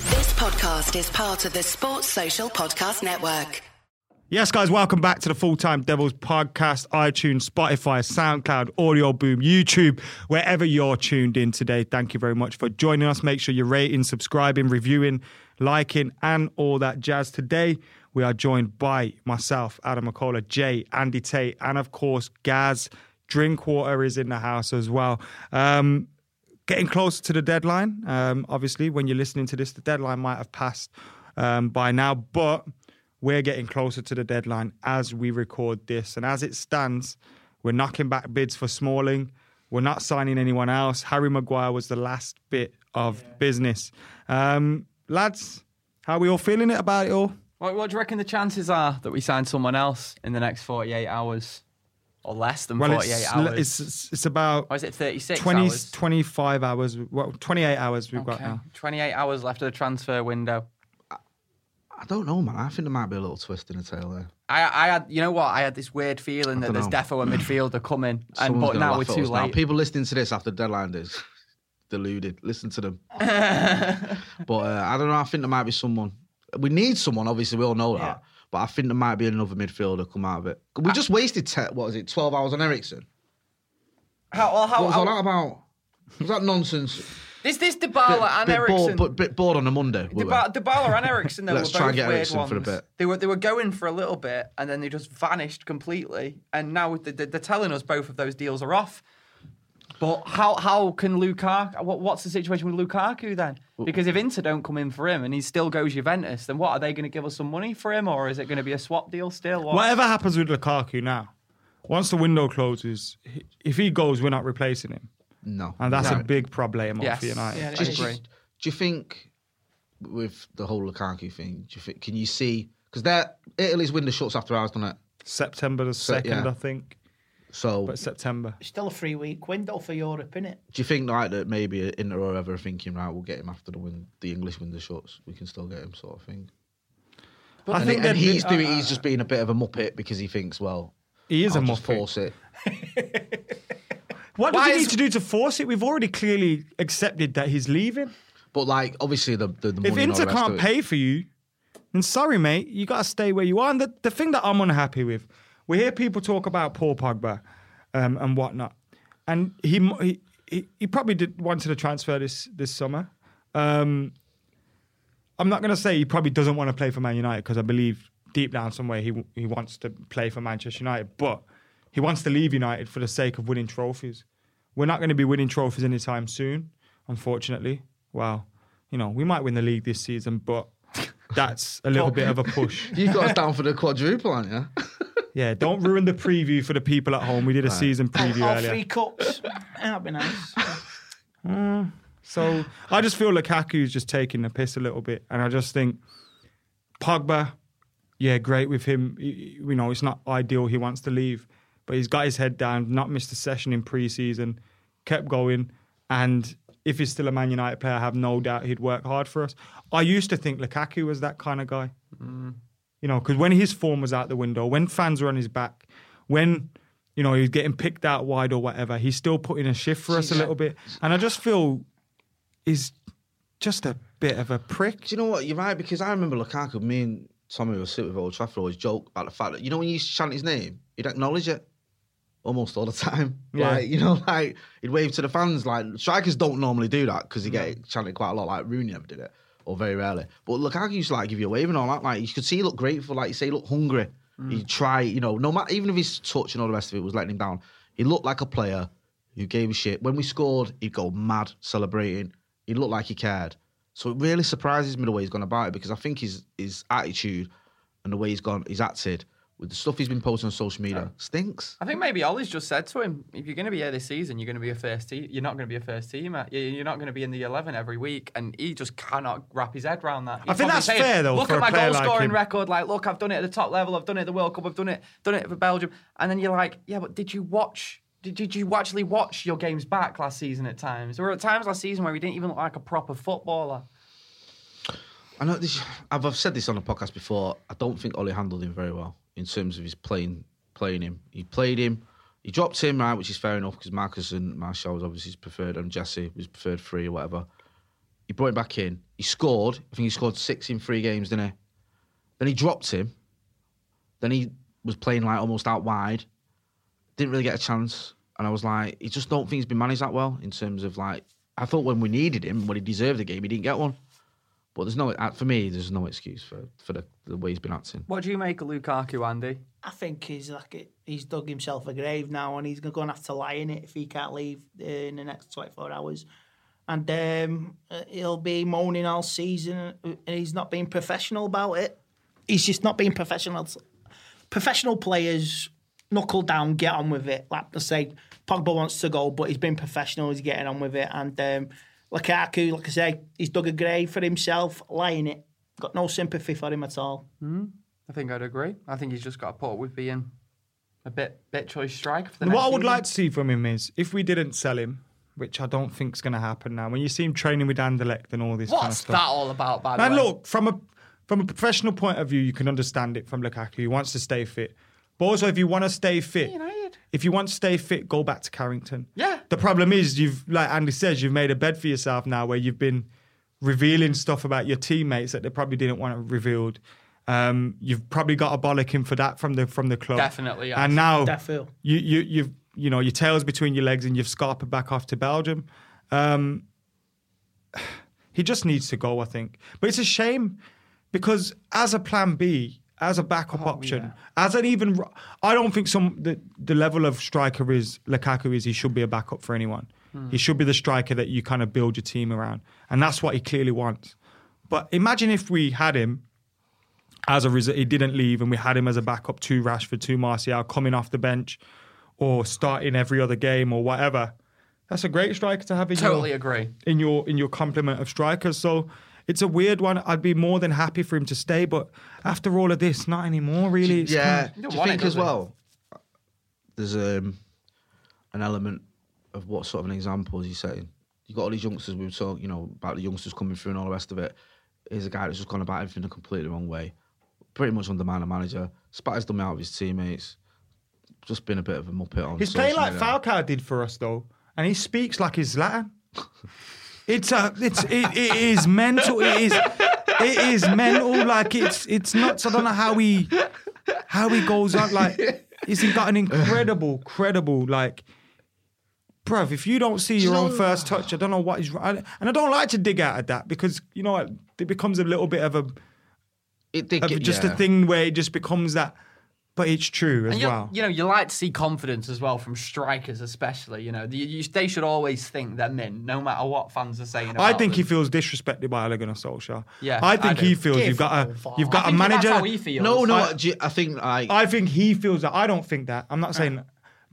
podcast is part of the Sports Social Podcast Network. Yes, guys, welcome back to the Full Time Devils podcast, iTunes, Spotify, SoundCloud, Audio Boom, YouTube, wherever you're tuned in today. Thank you very much for joining us. Make sure you're rating, subscribing, reviewing, liking, and all that jazz. Today, we are joined by myself, Adam McCullough, Jay, Andy Tate, and of course, Gaz. Drinkwater is in the house as well. Um, getting closer to the deadline. Um, obviously, when you're listening to this, the deadline might have passed um, by now, but we're getting closer to the deadline as we record this. And as it stands, we're knocking back bids for Smalling. We're not signing anyone else. Harry Maguire was the last bit of business. Um, lads, how are we all feeling it about it all? What, what do you reckon the chances are that we sign someone else in the next 48 hours or less than Well, 48 it's, hours? it's it's about or is it 36 20, hours? 25 hours, well, 28 hours we've got Okay. now. 28 hours left of the transfer window. I don't know, man. I think there might be a little twist in the tail there. I, I had, you know what? I had this weird feeling that dunno. there's defo a midfielder coming, and Someone's but gonna now laugh we're at too us now. late. People listening to this after deadline is deluded. Listen to them. but uh, I don't know. I think there might be someone. We need someone. Obviously, we all know that. But I think there might be another midfielder come out of it. We just wasted te- what was it? Twelve hours on Ericsson. How, well, how, What was all how- that about? Was that nonsense? this this Dybala and bit Oh, Ericsson. bored, but bit bored on a Monday. we were. Dybala, Dybala and Ericsson, though, uh, Let's were both try and get weird Eriksen ones. for a bit. They were they were going for a little bit, and then they just vanished completely. And now they- they- they're telling us both of those deals are off. But how how can Lukaku? What, what's the situation with Lukaku then? Because if Inter don't come in for him and he still goes Juventus, then what are they going to give us some money for him, or is it going to be a swap deal still? What? Whatever happens with Lukaku now, once the window closes, he- if he goes, we're not replacing him. No, And that's No. a big problem Yes. for United. Yeah, it Just- is. just- do you think with the whole Lukaku thing? Do you think can you see because their Italy's window shuts after hours, doesn't it? September the 2nd, yeah. I think. So But September. Still a three week window for Europe, innit? do you think like that maybe Inter or ever thinking right, we'll get him after the win, the English window shuts, we can still get him sort of thing. I think that and he's doing, he's just being a bit of a muppet because he thinks, well, he is I'll a just muppet. force it. What does Why he is- need to do to force it? We've already clearly accepted that he's leaving. But like obviously the the, the money If and all Inter the rest of can't it- pay for you, then sorry, mate, you got to stay where you are. And the, the thing that I'm unhappy with, we hear people talk about Paul Pogba um, and whatnot, and he mo- he, he, he probably did wanted a transfer this this summer. Um, I'm not going to say he probably doesn't want to play for Man United because I believe deep down somewhere he w- he wants to play for Manchester United, but he wants to leave United for the sake of winning trophies. We're not going to be winning trophies anytime soon, unfortunately. Well, you know, we might win the league this season, but that's a little bit of a push. You've got us down for the quadruple, aren't you? Yeah, don't ruin the preview for the people at home. We did a season preview All earlier. three cups. That'd be nice. So I just feel Lukaku's just taking the piss a little bit, and I just think Pogba, yeah, great with him. y- y- You know, it's not ideal. He wants to leave, but he's got his head down. Not missed a session in pre-season, kept going, and if he's still a Man United player, I have no doubt he'd work hard for us. I used to think Lukaku was that kind of guy. You know, because when his form was out the window, when fans were on his back, when you know he was getting picked out wide or whatever, he's still putting a shift for us a little bit. And I just feel he's just a bit of a prick. Do you know what? You're right because I remember Lukaku. Me and Tommy were sitting with Old Trafford. Always joke about the fact that you know when you used to chant his name, he'd acknowledge it almost all the time. Yeah. Like you know, like he'd wave to the fans. Like strikers don't normally do that because he get it chanted quite a lot. Like Rooney never did it, or very rarely. But Lukaku used to like give you a wave and all that. Like you could see he looked grateful. Like you say, he looked hungry. He try, you know, no matter even if his touch and all the rest of it was letting him down. He looked like a player who gave a shit. When we scored, he'd go mad celebrating. He looked like he cared. So it really surprises me the way he's gone about it because I think his his attitude and the way he's gone, he's acted with the stuff he's been posting on social media stinks. I think maybe Ollie's just said to him, if you're going to be here this season, you're going to be a first team. You're not going to be a first teamer. You- You're not going to be in the 11 every week. And he just cannot wrap his head around that. He's think probably that's fair, though, Look for at a my player goal like scoring him." record. Like, look, I've done it at the top level. I've done it at the World Cup. I've done it, done it for Belgium. And then you're like, yeah, but did you watch? Did, did you actually watch your games back last season at times? There were at times last season where he didn't even look like a proper footballer. I know this. I've, I've said this on the podcast before. I don't think Ollie handled him very well in terms of his playing playing him. He played him. He dropped him right, which is fair enough because Marcus and Marshall was obviously his preferred, and Jesse was preferred three or whatever. He brought him back in. He scored. I think he scored six in three games, didn't he? Then he dropped him. Then he was playing like almost out wide. Didn't really get a chance. And I was like, he just don't think he's been managed that well in terms of like. I thought when we needed him, when he deserved the game, he didn't get one. But there's no uh, for me. There's no excuse for for the, the way he's been acting. What do you make of Lukaku, Andy? I think he's like a- he's dug himself a grave now, and he's going to have to lie in it if he can't leave uh, in the next 24 hours. And um, uh, he'll be moaning all season, uh, and he's not being professional about it. He's just not being professional. Professional players knuckle down, get on with it. Like I say, Pogba wants to go, but he's been professional. He's getting on with it, and um, Lukaku, like I say, he's dug a grave for himself, lying it. Got no sympathy for him at all. I think I'd agree. I think he's just got to put up with being a bit bit choice striker for the What next I would season. like to see from him is if we didn't sell him, which I don't think is going to happen now. When you see him training with Anderlecht and all this kind of What's stuff. that all about, by the And way? look, from a from a professional point of view, you can understand it from Lukaku. He wants to stay fit. But also, if you want to stay fit, United. if you want to stay fit, go back to Carrington. Yeah. The problem is, you've like Andy says, you've made a bed for yourself now, where you've been revealing stuff about your teammates that they probably didn't want revealed. Um, you've probably got a bollocking for that from the from the club. Definitely, yes. And now Definitely. you you you've you know your tail's between your legs and you've scarped back off to Belgium. Um, he just needs to go, I think. But it's a shame because as a plan B, as a backup option, as an even, I don't think some the, the level of striker is Lukaku is. He should be a backup for anyone. He should be the striker that you kind of build your team around, and that's what he clearly wants. But imagine if we had him as a result, he didn't leave, and we had him as a backup to Rashford, to Martial, coming off the bench, or starting every other game or whatever. That's a great striker to have in your- Totally agree. in your in your complement of strikers. So it's a weird one. I'd be more than happy for him to stay, but after all of this, not anymore. Really, It's kind yeah. of- You don't Do you want it, think as does it? well? There's um, an element of what sort of an example is he setting? You got all these youngsters. We were talking, you know, about the youngsters coming through and all the rest of it. Here's a guy that's just gone about everything the completely wrong way. Pretty much undermined the manager. Spat his dummy out of his teammates. Just been a bit of a muppet on. he's social playing like media. Falcao did for us though, and he speaks like he's Latin. It's a it's it, it is mental. It is it is mental. Like it's it's nuts. I don't know how he how he goes on. Like he's got an incredible, credible like. Bruv, if you don't see your own first touch, I don't know what is right. And I don't like to dig out of that because, you know what, it becomes a little bit of a It did of get- just yeah. a thing where it just becomes that. But it's true as And you, well. you know, you like to see confidence as well from strikers, especially. You know, you, you, they should always think they're men, no matter what fans are saying. About I think he them. feels disrespected by Ole Gunnar Solskjaer. Yeah, I think I do. he feels Give you've got a him a you've got a I think manager. That's how he feels. No, no. I- I, I think like I think he feels that. I don't think that. I'm not saying,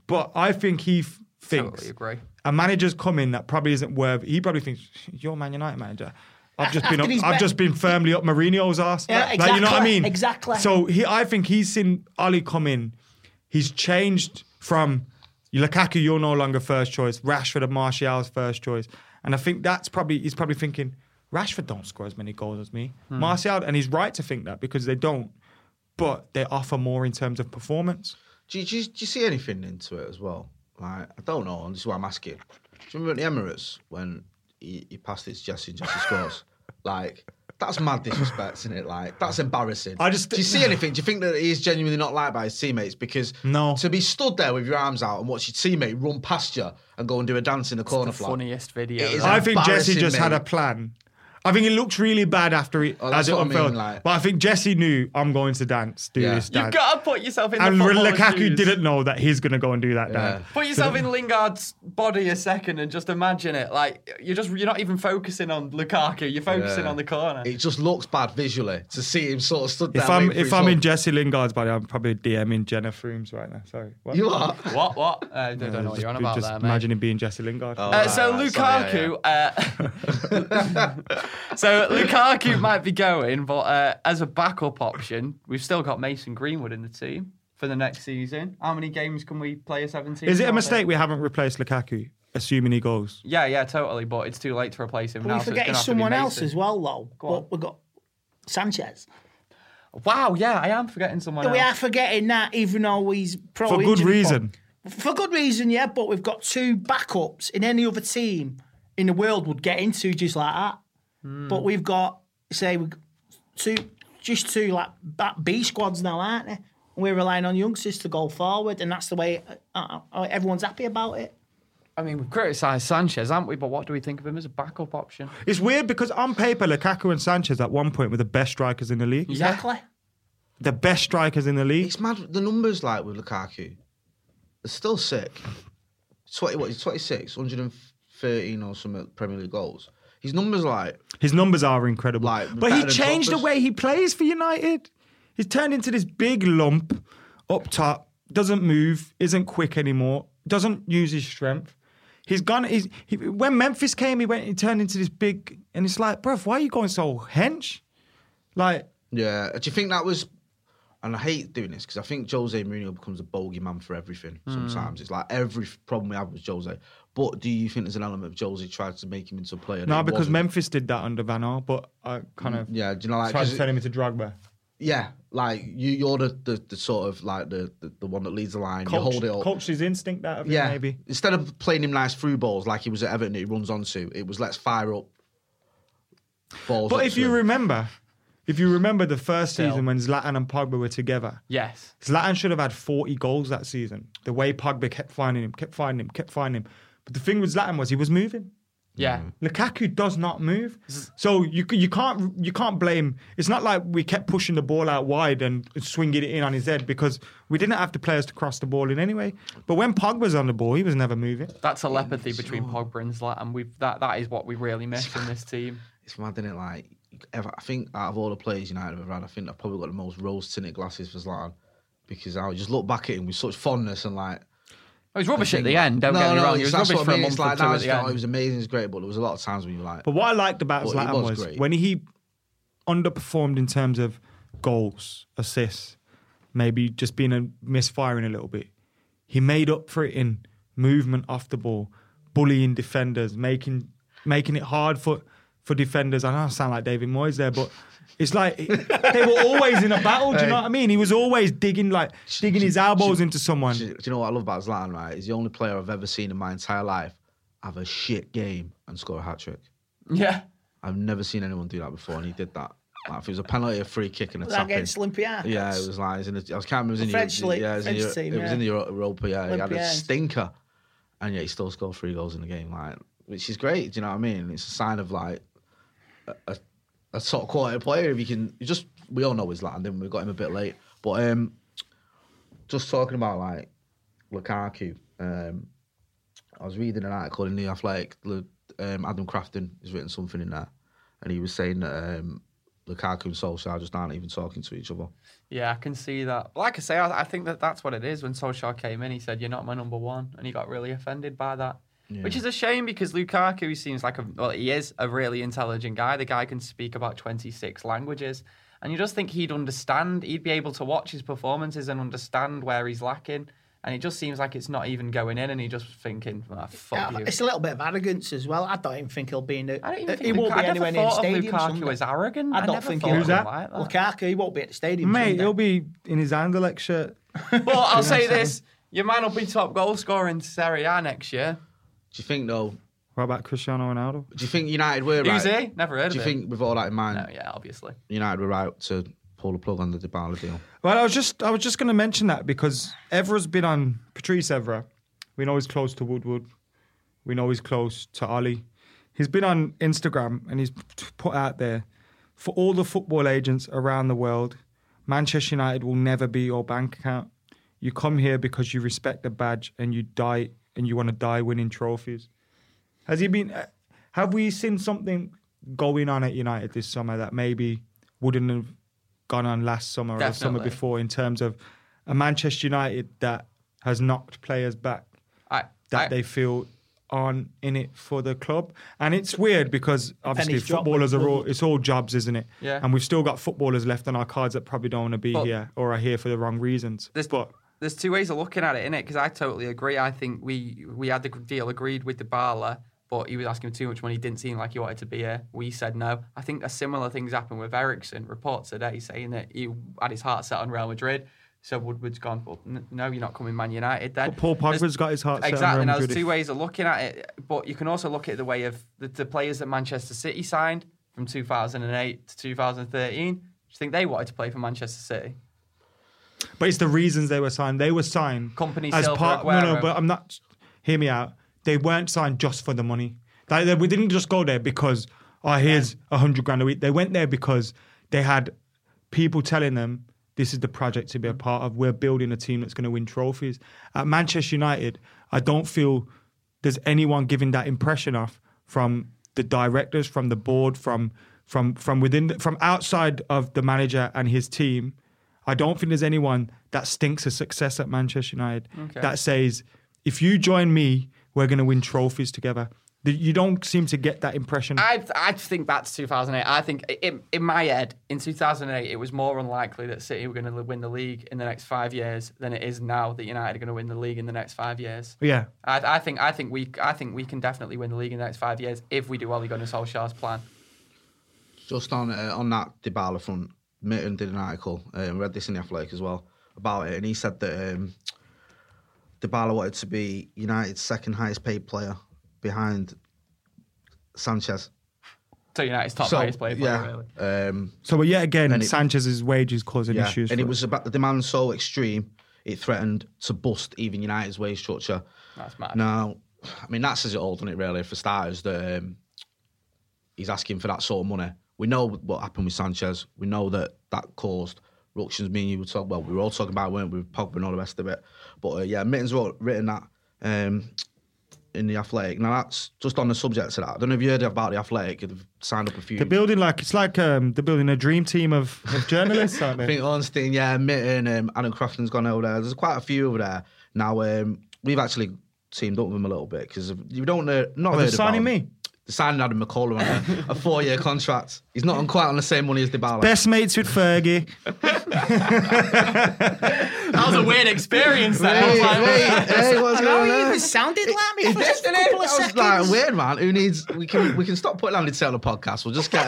but I think he f- thinks Uh, totally agree. a manager's coming that probably isn't worthy. He probably thinks you're Man United manager. I've just been After up, he's I've bet- just been firmly up Mourinho's ass. Yeah, Like, you know what I exactly, mean? exactly. So he, I think he's seen Ali come in. He's changed from Lukaku. You're no longer first choice. Rashford and Martial's first choice. And I think that's probably he's probably thinking Rashford don't score as many goals as me. Hmm. Martial, and he's right to think that because they don't. But they offer more in terms of performance. Do you, do, you, do you see anything into it as well? Like, I don't know, and this is what I'm asking. Do you remember at the Emirates when he, he passed it to Jesse and Jesse scores? like, that's mad disrespect, isn't it? Like, that's embarrassing. I just- do you see anything? Do you think that he is genuinely not liked by his teammates? Because No. to be stood there with your arms out and watch your teammate run past you and go and do a dance in the corner The flag. funniest video. It is that. I think Jesse embarrassing, just had mate. a plan. I think it looks really bad after it Oh, as that's it what I mean, unfurled. like- but I think Jesse knew I'm going to dance, do Yeah. this You've dance. got to put yourself in. and the footballer's Lukaku shoes. didn't know that he's going to go and do that dance. Put yourself in Lingard's body a second and just imagine it. Like you're just you're not even focusing on Lukaku. You're focusing Yeah. on the corner. It just looks bad visually to see him sort of stood there. If I'm waiting for if his I'm in own- Jesse Lingard's body, I'm probably DMing Jenna Frooms right now. Sorry, What? you are. What? What? Uh, I don't Uh, know what just- you're on about just there, mate. imagine him being Jesse Lingard. Oh. Uh, Right, so right, sorry, Lukaku, uh, so Lukaku might be going, but uh, as a backup option, we've still got Mason Greenwood in the team for the next season. How many games can we play a 17? Is it a mistake we haven't replaced Lukaku, assuming he goes? Yeah, yeah, totally. But it's too late to replace him now. We so it's forget gonna have it's to be someone else Mason. as well, though. Go on. But we've got Sanchez. Wow, yeah, I am forgetting someone We else. are forgetting that, even though he's Oh, pro For good injury reason. prone. For good reason, yeah. But we've got two backups in any other team in the world would get into just like that. Hmm. But we've got say we two just two like back B squads now, aren't they? And we're relying on youngsters to go forward, and that's the way uh, uh, everyone's happy about it. I mean, we've criticised Sanchez, haven't we? But what do we think of him as a backup option? It's weird because on paper, Lukaku and Sanchez at one point were the best strikers in the league. Exactly. The best strikers in the league. It's mad. The numbers like with Lukaku, they're still sick. 20, what, he's 26, 113 or some Premier League goals. His numbers like, His numbers are incredible. Like, but he better than changed the Drogba's. way he plays for United. He's turned into this big lump up top, doesn't move, isn't quick anymore, doesn't use his strength. He's gone. He's, he, when Memphis came, he went. He turned into this big, and it's like, bruv, why are you going so hench? Like, yeah. Do you think that was, and I hate doing this because I think Jose Mourinho becomes a bogeyman for everything Hmm. sometimes. It's like every problem we have with Jose. But do you think there's an element of Jose tried to make him into a player? that no, he because wasn't? Mm, Memphis did that under Van Gaal, but I kind of Yeah, do you know, like, tried 'cause to turn him into Drogba. yeah, like you, you're the, the, the sort of like the, the, the one that leads the line. you Coach, hold it up. coached his instinct out of Yeah, him, maybe. Instead of playing him nice through balls like he was at Everton, that he runs onto. It was let's fire up balls. But up if to you him. remember, if you remember the first Still. season when Zlatan and Pogba were together, Yes. Zlatan should have had 40 goals that season. The way Pogba kept finding him, kept finding him, kept finding him. But the thing with Zlatan was he was moving. Yeah. Lukaku does not move, so you c- you can't you can't blame. It's not like we kept pushing the ball out wide and swinging it in on his head because we didn't have the players to cross the ball in anyway. But when Pogba's on the ball, he was never moving. That telepathy between Pogba and Zlatan, we've, that, that is what we really miss in this team. it's mad, is it? Like, ever, I think out of all the players United have ever had, I think I've probably got the most rose tinted glasses for Zlatan because I just look back at him with such fondness and like. It was Oh, rubbish at the think, end, don't no, get me no, wrong. it's- It was that's rubbish what for I a mean, it's month like, or two now at it's the not- It end. was amazing, it was great, but there was a lot of times when you were like, But what I liked about Well, he Zlatan was was, great. when he underperformed in terms of goals, assists, maybe just being a misfiring a little bit. He made up for it in movement off the ball, bullying defenders, making making it hard for for defenders. I know I sound like David Moyes there, but it's like they were always in a battle. Do you know what I mean? He was always digging like digging his elbows into someone. do, you- do you know what I love about Zlatan, right? He's the only player I've ever seen in my entire life have a shit game and score a hat trick. Yeah. I've never seen anyone do that before, and he did that. Like, if it was a penalty, a free kick, and a Was that tap in. against Olympiacos? Yeah, it was like it was in the, I can't remember. It was in the- French league- yeah, it was in the, French team, it was yeah. in the Euro- Europa. Yeah, he had a Olympiacos. stinker, and yet he still scored three goals in the game. Like, which is great. Do you know what I mean? It's a sign of like a, a, a sort of quality player. If you can, you just we all know his Latin. Then we got him a bit late, but um, just talking about like Lukaku. Um, I was reading an article in the Athletic. Lu- Um, Adam Crafton has written something in there, and he was saying that um, Lukaku and Solskjaer just aren't even talking to each other. Yeah, I can see that. Like I say, I, I think that that's what it is. When Solskjaer came in, he said, You're not my number one. And he got really offended by that. Which is a shame because Lukaku, he seems like a, well, he is a really intelligent guy. The guy can speak about 26 languages. And you just think he'd understand, he'd be able to watch his performances and understand where he's lacking. And it just seems like it's not even going in, and he just thinking, ah, fuck Yeah, you. It's a little bit of arrogance as well. I don't even think he'll be in the. I don't even he think won't Luka- be I never anywhere near the thought of stadium. Lukaku Sunday. as arrogant. I I don't never think thought he'll of him like that. Lukaku, he won't be at the stadium. Mate, Sunday. he'll be in his Anderlecht shirt. But I'll say this: your man will be top goal scorer in Serie A next year. Do you think though? What about Cristiano Ronaldo? Do you think United were right? Who's he? Never heard Do you of him. think with all that in mind, No, yeah, obviously. United were right to pull the plug on the Dybala deal? Well, I was just I was just going to mention that because Evra's been on Patrice Evra. We know he's close to Woodward. We know he's close to Ali. He's been on Instagram and he's t- put out there for all the football agents around the world. Manchester United will never be your bank account. You come here because you respect the badge and you die and you want to die winning trophies. Has he been? uh, Have we seen something going on at United this summer that maybe wouldn't have gone on last summer or the summer Definitely. before in terms of a Manchester United that has knocked players back I, that I, they feel aren't in it for the club? And it's weird because obviously penny's dropped, footballers but- are all it's all jobs, isn't it? Yeah. And we've still got footballers left on our cards that probably don't want to be But- here or are here for the wrong reasons. There's, but there's two ways of looking at it, innit? Because I totally agree. I think we we had the deal agreed with Dybala, but he was asking too much money. He didn't seem like he wanted to be here. We said no. I think a similar thing's happened with Ericsson. Reports today saying that he had his heart set on Real Madrid. So Woodward's gone, well, n- no, you're not coming Man United then. But Paul There's- Pogba's got his heart set on Exactly. Real Now, Madrid there's if- two ways of looking at it, but you can also look at it the way of the, the players that Manchester City signed. from 2008 to 2013. Do you think they wanted to play for Manchester City? But it's the reasons they were signed. They were signed Company as sale for part. No, no, Aguero. but I'm not. Hear me out. They weren't signed just for the money. Like, they, we didn't just go there because oh here's a hundred grand a week. They went there because they had people telling them this is the project to be a part of. We're building a team that's going to win trophies. At Manchester United, I don't feel there's anyone giving that impression off from the directors, from the board, from from from within, the- from outside of the manager and his team. I don't think there's anyone that stinks of success at Manchester United Okay. that says, if you join me, we're going to win trophies together. The- You don't seem to get that impression. I I think back to 2008. I think in, in my head, in 2008, it was more unlikely that City were going to win the league in the next five years than it is now that United are going to win the league in the next five years. yeah. I, I think I think we I think we can definitely win the league in the next five years if we do Ole Gunnar Solskjaer's plan. Just on uh, on that Dybala front, Merton did an article, um, read this in the Athletic as well about it, and he said that um, Dybala wanted to be United's second highest paid player behind Sanchez. So United's top So, highest player, yeah, really. um, So, but yet again, And it- Sanchez's wages causing yeah, issues. and it for- was about the demand so extreme it threatened to bust even United's wage structure. That's mad. Now, I mean, that says it all, doesn't it, really, for starters, that um, he's asking for that sort of money. We know what happened with Sanchez. We know that that caused ructions. Me and you were talking, well, we were all talking about it, weren't we, with Pogba and all the rest of it. But uh, yeah, Mitten's wrote, written that um, in The Athletic. Now, that's just on the subject to that. I don't know if you heard about The Athletic. They've signed up a few. They're building like it's like um, they're building a dream team of, of journalists, aren't I they? think Ornstein, yeah, Mitten, um, Adam Crofton's gone over there. There's quite a few over there. Now, um, we've actually teamed up with them a little bit because you don't know. Not Are they heard about signing them. me? They're signing Adam McCullough on a, a four year contract. He's not on quite on the same money as Dybala. Best mates with Fergie. That was a weird experience. That I was Hey, like, hey, hey, what's No, going he on? even sounded like me for That's just a the name. couple of That was seconds. like weird, man. Who needs? We can we can stop putting Andy Taylor on the podcast. We'll just get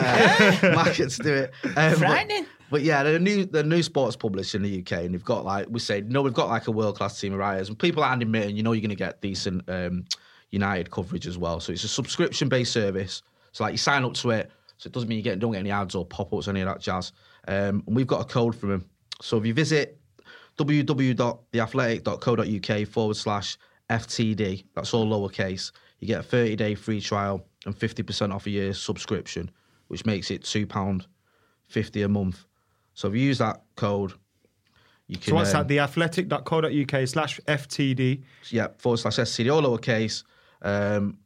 uh, Market to do it. Um, but- Frightening. But, yeah, the new the new sports published in the UK, and they've got like we say, no, we've got like a world class team of writers and people like Andy Mitten. You know, you're going to get decent um, United coverage as well. So it's a subscription based service. So like you sign up to it, so it doesn't mean you get don't get any ads or pop ups or any of that jazz. Um, and we've got a code from them. So if you visit www.theathletic.co.uk forward slash FTD. That's all lowercase. You get a 30 day free trial and 50% off a year subscription, which makes it £2.50 a month. So if you use that code, you can. So what's that? um, Theathletic.co.uk slash FTD. yeah, forward slash STD, all lowercase. Um,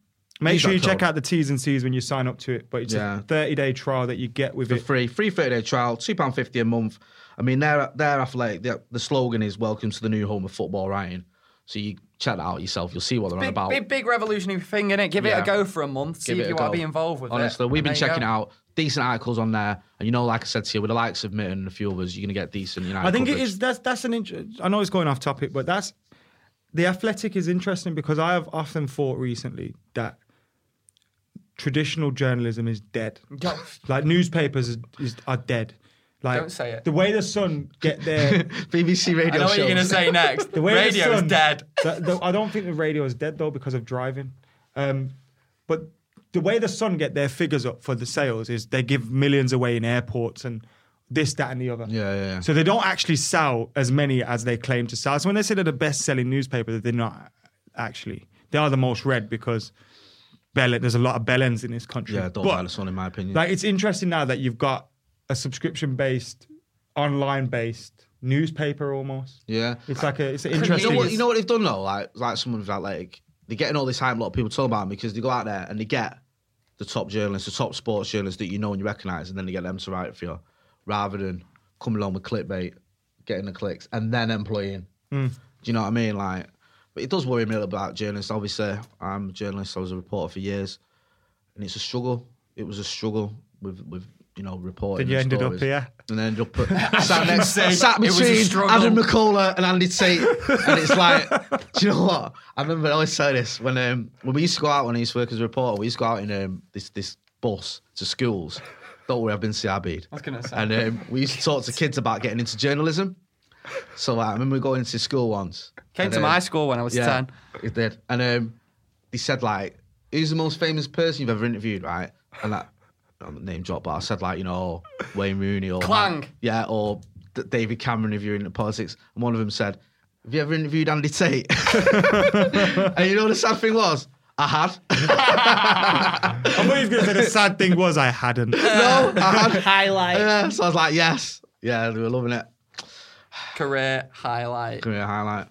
Make use sure that you check code. out the T's and C's when you sign up to it. But it's Yeah. a 30 day trial that you get with for it. free. Free 30 day trial, £2.50 a month. I mean, they're, they're athletic. The, the slogan is Welcome to the new home of football writing. So you check that out yourself. You'll see what they're on big, about. big, big revolutionary thing, innit? Give it Yeah. a go for a month. See Give if it a you want go. to be involved with Honestly, it. we've been There you checking it go. out decent articles on there, and you know, like I said to you, with the likes of Mitten and a few others, you're gonna get decent. United I think it coverage. is. That's that's an. Inter- I know it's going off topic, but that's the athletic is interesting because I have often thought recently that traditional journalism is dead. Yeah. like newspapers is, is, are dead. Like Don't say it. The way the Sun get their BBC I radio know what you're shows. going to say next. the way Radio the is Sun, dead. the- the- I don't think the radio is dead though because of driving. Um, but the way the Sun get their figures up for the sales is they give millions away in airports and this, that, and the other. Yeah, yeah, yeah. So they don't actually sell as many as they claim to sell. So when they say they're the best-selling newspaper, they're not actually. They are the most read because bell- there's a lot of bellends in this country. Yeah, don't But- buy the sun, in my opinion. like it's interesting now that you've got a subscription based, online based newspaper almost. yeah, It's like a it's an You interesting. know, what, you know what they've done though? Like, like someone with athletic, they're getting all this hype. A lot of people talk about them because they go out there and they get the top journalists, the top sports journalists that you know and you recognise, and then they get them to write for you, rather than coming along with clickbait, getting the clicks, and then employing. Hmm. Do you know what I mean? Like, but it does worry me a little bit about journalists. Obviously, I'm a journalist. I was a reporter for years, and it's a struggle. It was a struggle with with. You know, reporting. Then you and ended up stories. here. and then ended up sat next, say, sat it was a between struggle. Adam McCullough uh, and Andy Tate, and it's like, do you know what? I remember I always say this when um, when we used to go out when I used to work as a reporter. We used to go out in um, this this bus to schools. Don't worry, I've been CIB'd. I was gonna say. And um, we used to talk to kids about getting into journalism. So like, I remember going into school once. Came and, to um, my school when I was 10. it did. And um, he said like, "Who's the most famous person you've ever interviewed?" Right, and that, um, name drop, but I said like you know Wayne Rooney or Clang. yeah, or D- David Cameron if you're into politics, and one of them said, "Have you ever interviewed Andy Tate?" and you know what the sad thing was, I had. I thought he was going to say the sad thing was I hadn't. no, I had. Highlight. Uh, Yeah, so I was like, yes, yeah, they were loving it. Career highlight. Career highlight.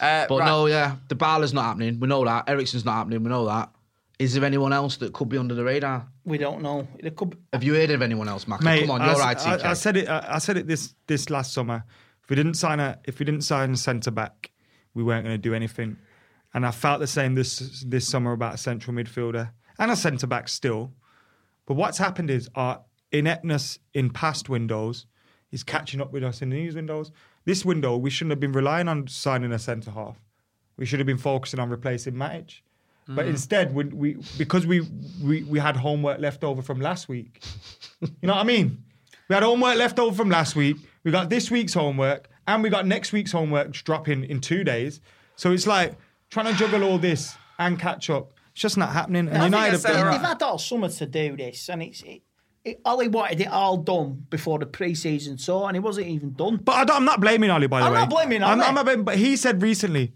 Uh, But right. no, yeah, the Barla's not happening. We know that. Ericsson's not happening. We know that. Is there anyone else that could be under the radar? we don't know. It could be, Have you heard of anyone else, Mac? Mate, Come on, I, you're s- right, I- TK. I said it. I, I said it this this last summer. If we didn't sign a, if we didn't sign a centre back, we weren't going to do anything. And I felt the same this this summer about a central midfielder and a centre back still. But what's happened is our ineptness in past windows is catching up with us in these windows. This window, we shouldn't have been relying on signing a centre half. We should have been focusing on replacing Matic. But instead, we, we because we, we we had homework left over from last week. You know what I mean? We had homework left over from last week. We got this week's homework, and we got next week's homework dropping in two days. So it's like trying to juggle all this and catch up. It's just not happening. And I think United I have said done it that. right. They've had all summer to do this, and it's it, it, Ollie wanted it all done before the pre-season tour, and it wasn't even done. But I don't, I'm not blaming Ali, by the I'm way. not blaming I'm, Ali. I'm not blaming, but he said recently,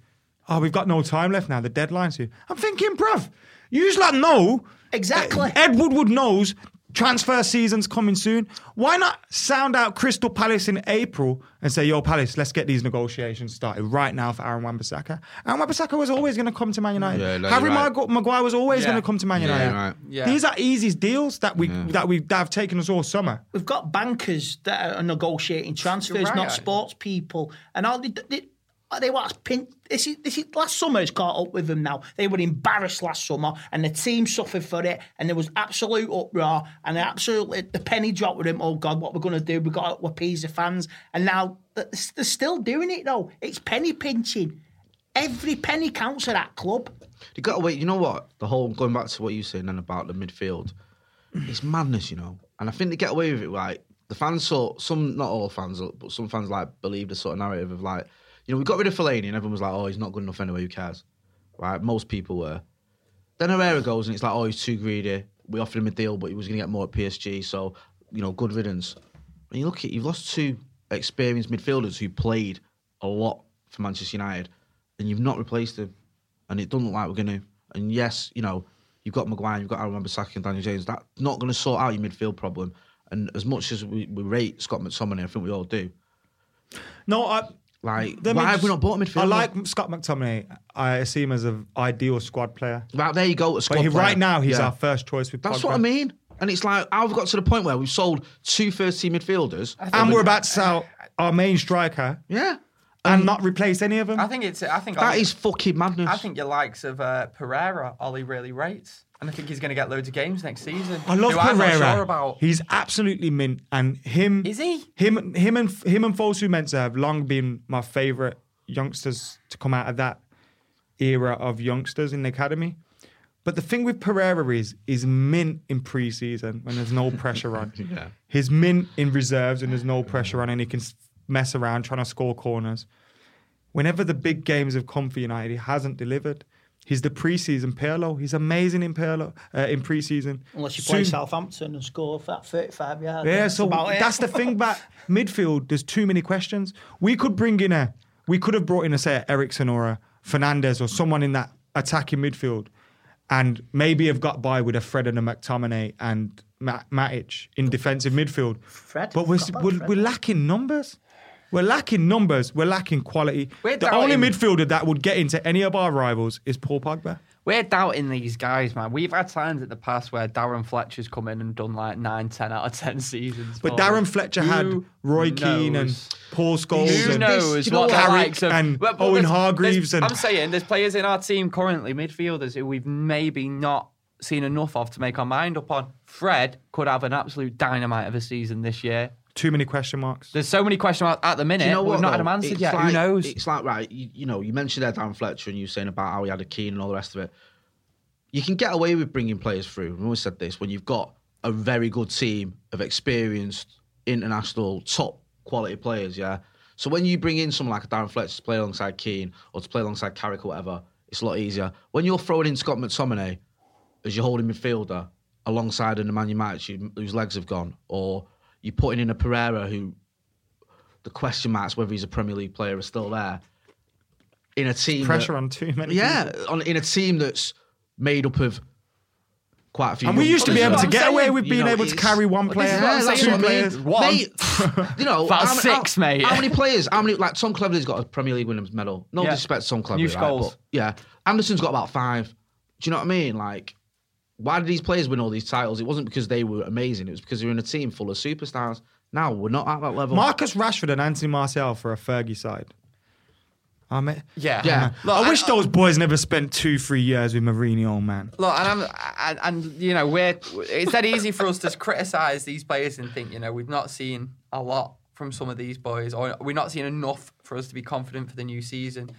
"Oh, we've got no time left now. The deadline's here." I'm thinking, bruv, you just like know Eh, Exactly. Ed Woodward knows transfer season's coming soon. Why not sound out Crystal Palace in April and say, "Yo, Palace, let's get these negotiations started right now for Aaron Wan-Bissaka." Aaron Wan-Bissaka was always going to come to Man United. Yeah, no, Harry you're right. Mag- Maguire was always Yeah. going to come to Man United. you're right. Yeah. These are easy deals that we that we that have taken us all summer. We've got bankers that are negotiating transfers, You're not right. sports people, and all they, they, they want to pin. This is this is last summer has caught up with them now. They were embarrassed last summer, and the team suffered for it, and there was absolute uproar, and absolutely the penny dropped with them. Oh God, what we're going to do? We got we're peas of fans, and now they're they're still doing it though. It's penny pinching. Every penny counts at that club. You got to wait. You know what? The whole going back to what you were saying then about the midfield, it's madness, you know. And I think they get away with it. Like the fans sort some, not all fans, but some fans like believe the sort of narrative of like, you know, we got rid of Fellaini and everyone was like, oh, he's not good enough anyway. Who cares? Right? Most people were. Then Herrera goes and it's like, oh, he's too greedy. We offered him a deal, but he was going to get more at PSG. So, you know, good riddance. And you look at you've lost two experienced midfielders who played a lot for Manchester United, and you've not replaced them. And it doesn't look like we're going to. And yes, you know, you've got Maguire, you've got Aaron Wan-Bissaka and Daniel James. That's not going to sort out your midfield problem. And as much as we, we rate Scott McTominay, I think we all do. No, I. Like, Let me why have just- we not bought a midfielder? I like Scott McTominay. I see him as an ideal squad player. Right there, you go. A But squad he, player. right now, he's Yeah. our first choice with That's Pogba. what I mean. And it's like I've got to the point where we've sold two first team midfielders. And we're about to sell our main striker yeah. Um, and not replace any of them. I think it's. I think That Ollie- is fucking madness. I think your likes of uh, Pereira, Ollie really rates, and I think he's going to get loads of games next season. I love who Pereira. I'm not sure about. He's absolutely mint, and him Is he? him him and him and Fosu Mensah have long been my favourite youngsters to come out of that era of youngsters in the academy. But the thing with Pereira is is mint in pre-season when there's no pressure on. Yeah. He's mint in reserves and there's no pressure on, and he can s- mess around trying to score corners. Whenever the big games have come for United, he hasn't delivered. He's the preseason Pirlo. He's amazing in Pirlo uh, in preseason. Unless you play Soon- Southampton and score for that 35 yards. yeah, that's so about it. that's the thing about midfield. There's too many questions. We could bring in a, we could have brought in a say Ericsson or a Fernandez or someone in that attacking midfield, and maybe have got by with a Fred and a McTominay and Ma- Matic in defensive midfield. Fred? but we're Forgot about we're, Fred. we're lacking numbers. We're lacking numbers. We're lacking quality. We're the only doubting- midfielder that would get into any of our rivals is Paul Pogba. We're doubting these guys, man. We've had times in the past where Darren Fletcher's come in and done like nine, ten out of 10 seasons. But for us. Darren Fletcher Oh, Who had Roy Keane and knows? Paul Scholes. and- Who Who knows you know what what? the Carrick likes of and But- but Owen there's- Hargreaves there's- and- I'm saying there's players in our team currently, midfielders, who we've maybe not seen enough of to make our mind up on. Fred could have an absolute dynamite of a season this year. Too many question marks. There's so many question marks at the minute. Do you know We've what? not though? had them answered It's yet. like- who knows? It's like right, you, you know, you mentioned there Dan Fletcher and you saying about how he had a keen and all the rest of it. You can get away with bringing players through. We've always said this when you've got a very good team of experienced international top quality players. Yeah. So when you bring in someone like a Darren Fletcher to play alongside Keane or to play alongside Carrick or whatever, it's a lot easier. When you're throwing in Scott McTominay as your holding midfielder, alongside an Emmanuel Matic who- whose legs have gone, or you're putting in a Pereira who the question marks whether he's a Premier League player are still there. In a team Pressure that- on too many. yeah, on, in a team that's made up of quite a few. And we young used to be players. able to I'm get saying. away with You being know, able to it's- carry one player, is what I'm Yeah, that's two saying. what I mean. players. One. Mate, you know, About how many- six, how, mate. How many players? How many? Like Tom Cleverley's got a Premier League winners medal. No Yeah. disrespect, to Tom Cleverley. New right, Scholes. but, yeah, Anderson's got about five. Do you know what I mean? Like, why did these players win all these titles? It wasn't because they were amazing. It was because they were in a team full of superstars. Now we're not at that level. Marcus Rashford and Anthony Martial for a Fergie side. I mean, Yeah. Yeah. Look, I I- wish those boys never spent two, three years with Mourinho, man. Look, and I'm, and, and you know, we're it's that easy for us to criticise these players and think, you know, we've not seen a lot from some of these boys, or we're not seeing enough for us to be confident for the new season.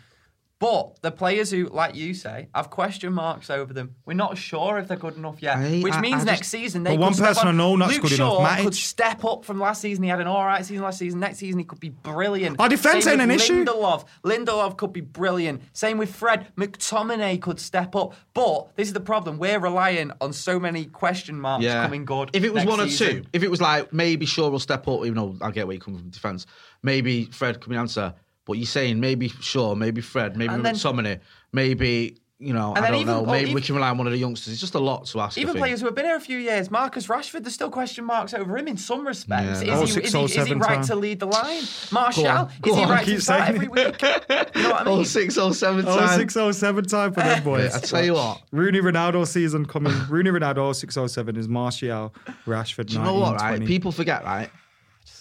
But the players who, like you say, have question marks over them, we're not sure if they're good enough yet. I- which I- means I next just- season they. But could one step person on. I know that's Luke good enough, Shaw Matic. could step up from last season. He had an all right season last season. Next season he could be brilliant. Our defence Same ain't with an issue. Lindelof. Lindelof. Lindelof could be brilliant. Same with Fred. McTominay could step up. But this is the problem. We're relying on so many question marks coming good. If it was next one or season. two, if it was like maybe Shaw will step up, even though I get where you come from defence, maybe Fred can be answer. But you're saying maybe Shaw, maybe Fred, maybe And then- McTominay, maybe you know, I then don't even- know, or maybe we even- can rely on one of the youngsters. It's just a lot to ask. I Even think. players who have been here a few years, Marcus Rashford, there's still question marks over him in some respects. Yeah. Oh, Is, he, six, is, oh, he, is he seven right time. to lead the line? Marshall, on, go is he on, right keep to start saying every it. week? You know what I mean? Oh six, oh seven Oh, times. six oh seven time for them boys. I tell you what. Rooney Ronaldo season coming. Rooney Ronaldo six oh seven is Martial, Rashford. Do you know what? 19, Right, 20. people forget. Right,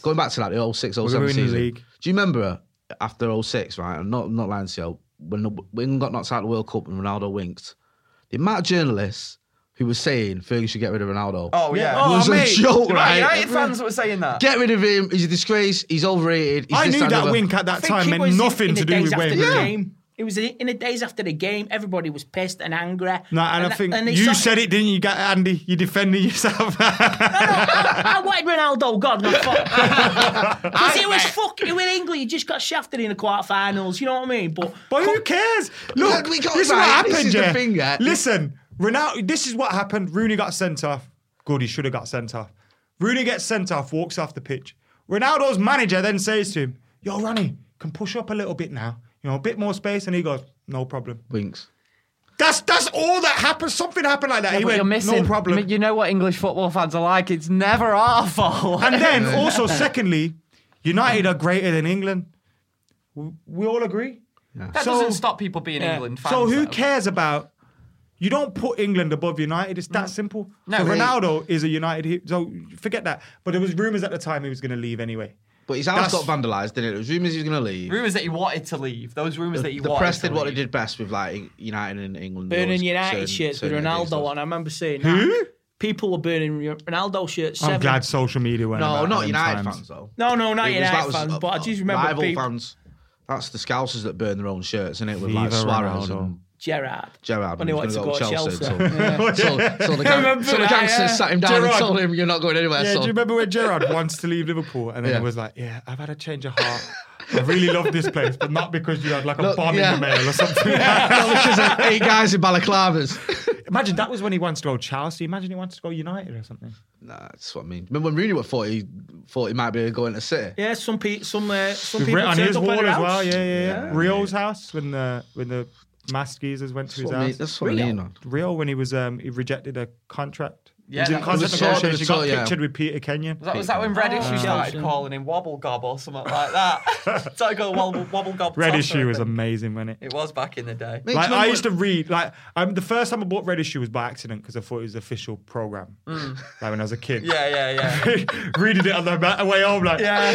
going back to that the 06, 07 We're winning the season. league. Do you remember after 06, Right, I'm not I'm not lying to you. When the- when England got knocked out of the World Cup and Ronaldo winked, the amount of journalists who were saying Fergie should get rid of Ronaldo. Oh, yeah. Oh, was mate. a joke, Right, right? United fans that were saying that. Get rid of him. He's a disgrace. He's overrated. He's I this, knew that another. wink at I that think time it meant was in- nothing in to the do days with after Wayne the Rooney. game. It was in, in the days after the game. Everybody was pissed and angry. No, and, I that- think and they you saw- said it, didn't you, Ga- Andy? You're defending yourself. I wanted Ronaldo, God, no fuck. Because it was fuck. It was England. You just got shafted in the quarterfinals. You know what I mean? But But who cares? Look, Look, we this got is right, what happened. this is the yeah. thing, yeah. Listen, Ronaldo. This is what happened. Rooney got sent off. Good, he should have got sent off. Rooney gets sent off, walks off the pitch. Ronaldo's manager then says to him, "Yo, Ronnie, can push up a little bit now. You know, a bit more space." And he goes, "No problem." Winks. That's that's all that happened. Something happened like that. he But went, you're missing. "No problem." You know what English football fans are like. It's never our fault. And then also, secondly, United are greater than England. W- We all agree. That So- doesn't stop people being England fans. So who though. cares about? You don't put England above United. It's that simple. No, so really. Ronaldo is a United. he- So forget that. But there was rumors at the time he was going to leave anyway. But his house That's- got vandalised, didn't it? There was rumours he was going to leave. Rumors that he wanted to leave. Those rumors that he the wanted. press to did what they leave. did best with like United and England. burning Those United certain- shirts with certain ideas. Ronaldo on. I remember seeing that. Who? People were burning Re- Ronaldo shirts. I'm seven- glad social media went. No, about not them United times. fans though. No, no, not It was- United that was, fans. uh, but I just remember rival people, fans. That's the Scousers that burn their own shirts, isn't it? With like Viva Suarez Ronaldo. and Gerard. Gerrard. When he wanted to go to So, Chelsea. so, so the, gang, remember so the that, gangsters yeah. sat him down Gerrard. and told him, "You're not going anywhere." Yeah, so do you remember when Gerard wants to leave Liverpool and then Yeah. he was like, "Yeah, I've had a change of heart. I really love this place, but not because you had like a Look, bomb yeah. in the mail or something." No, because of eight guys in balaclavas. Imagine that was when he wants to go Chelsea. Imagine he wants to go United or something. nah, that's what I mean. Remember when Rooney was 40, 40 might be going to City. Yeah, some pe- some uh, some We've people written on turned his up wall at their as house. well. Yeah, yeah, yeah. Rio's house when the when the mass geezers went to That's his what I mean. house. That's what I mean. man. Rio when he was um he rejected a contract. Yeah, he was in that- contract It was a sort- negotiations. He got it was a sort, pictured with Peter Kenyon. That was that when Reddish Oh, started Chelsea. calling him Wobble Gob or something like that. so I go Wobble Wobble Gob. Red Tosser, I issue was think. amazing, wasn't it? It was back in the day. Mate, do you Like remember I when- used to read like um, the first time I bought Red issue was by accident because I thought it was official program. Like when I was a kid. Yeah, yeah, yeah. Reading it on the ma- way home, like Yeah,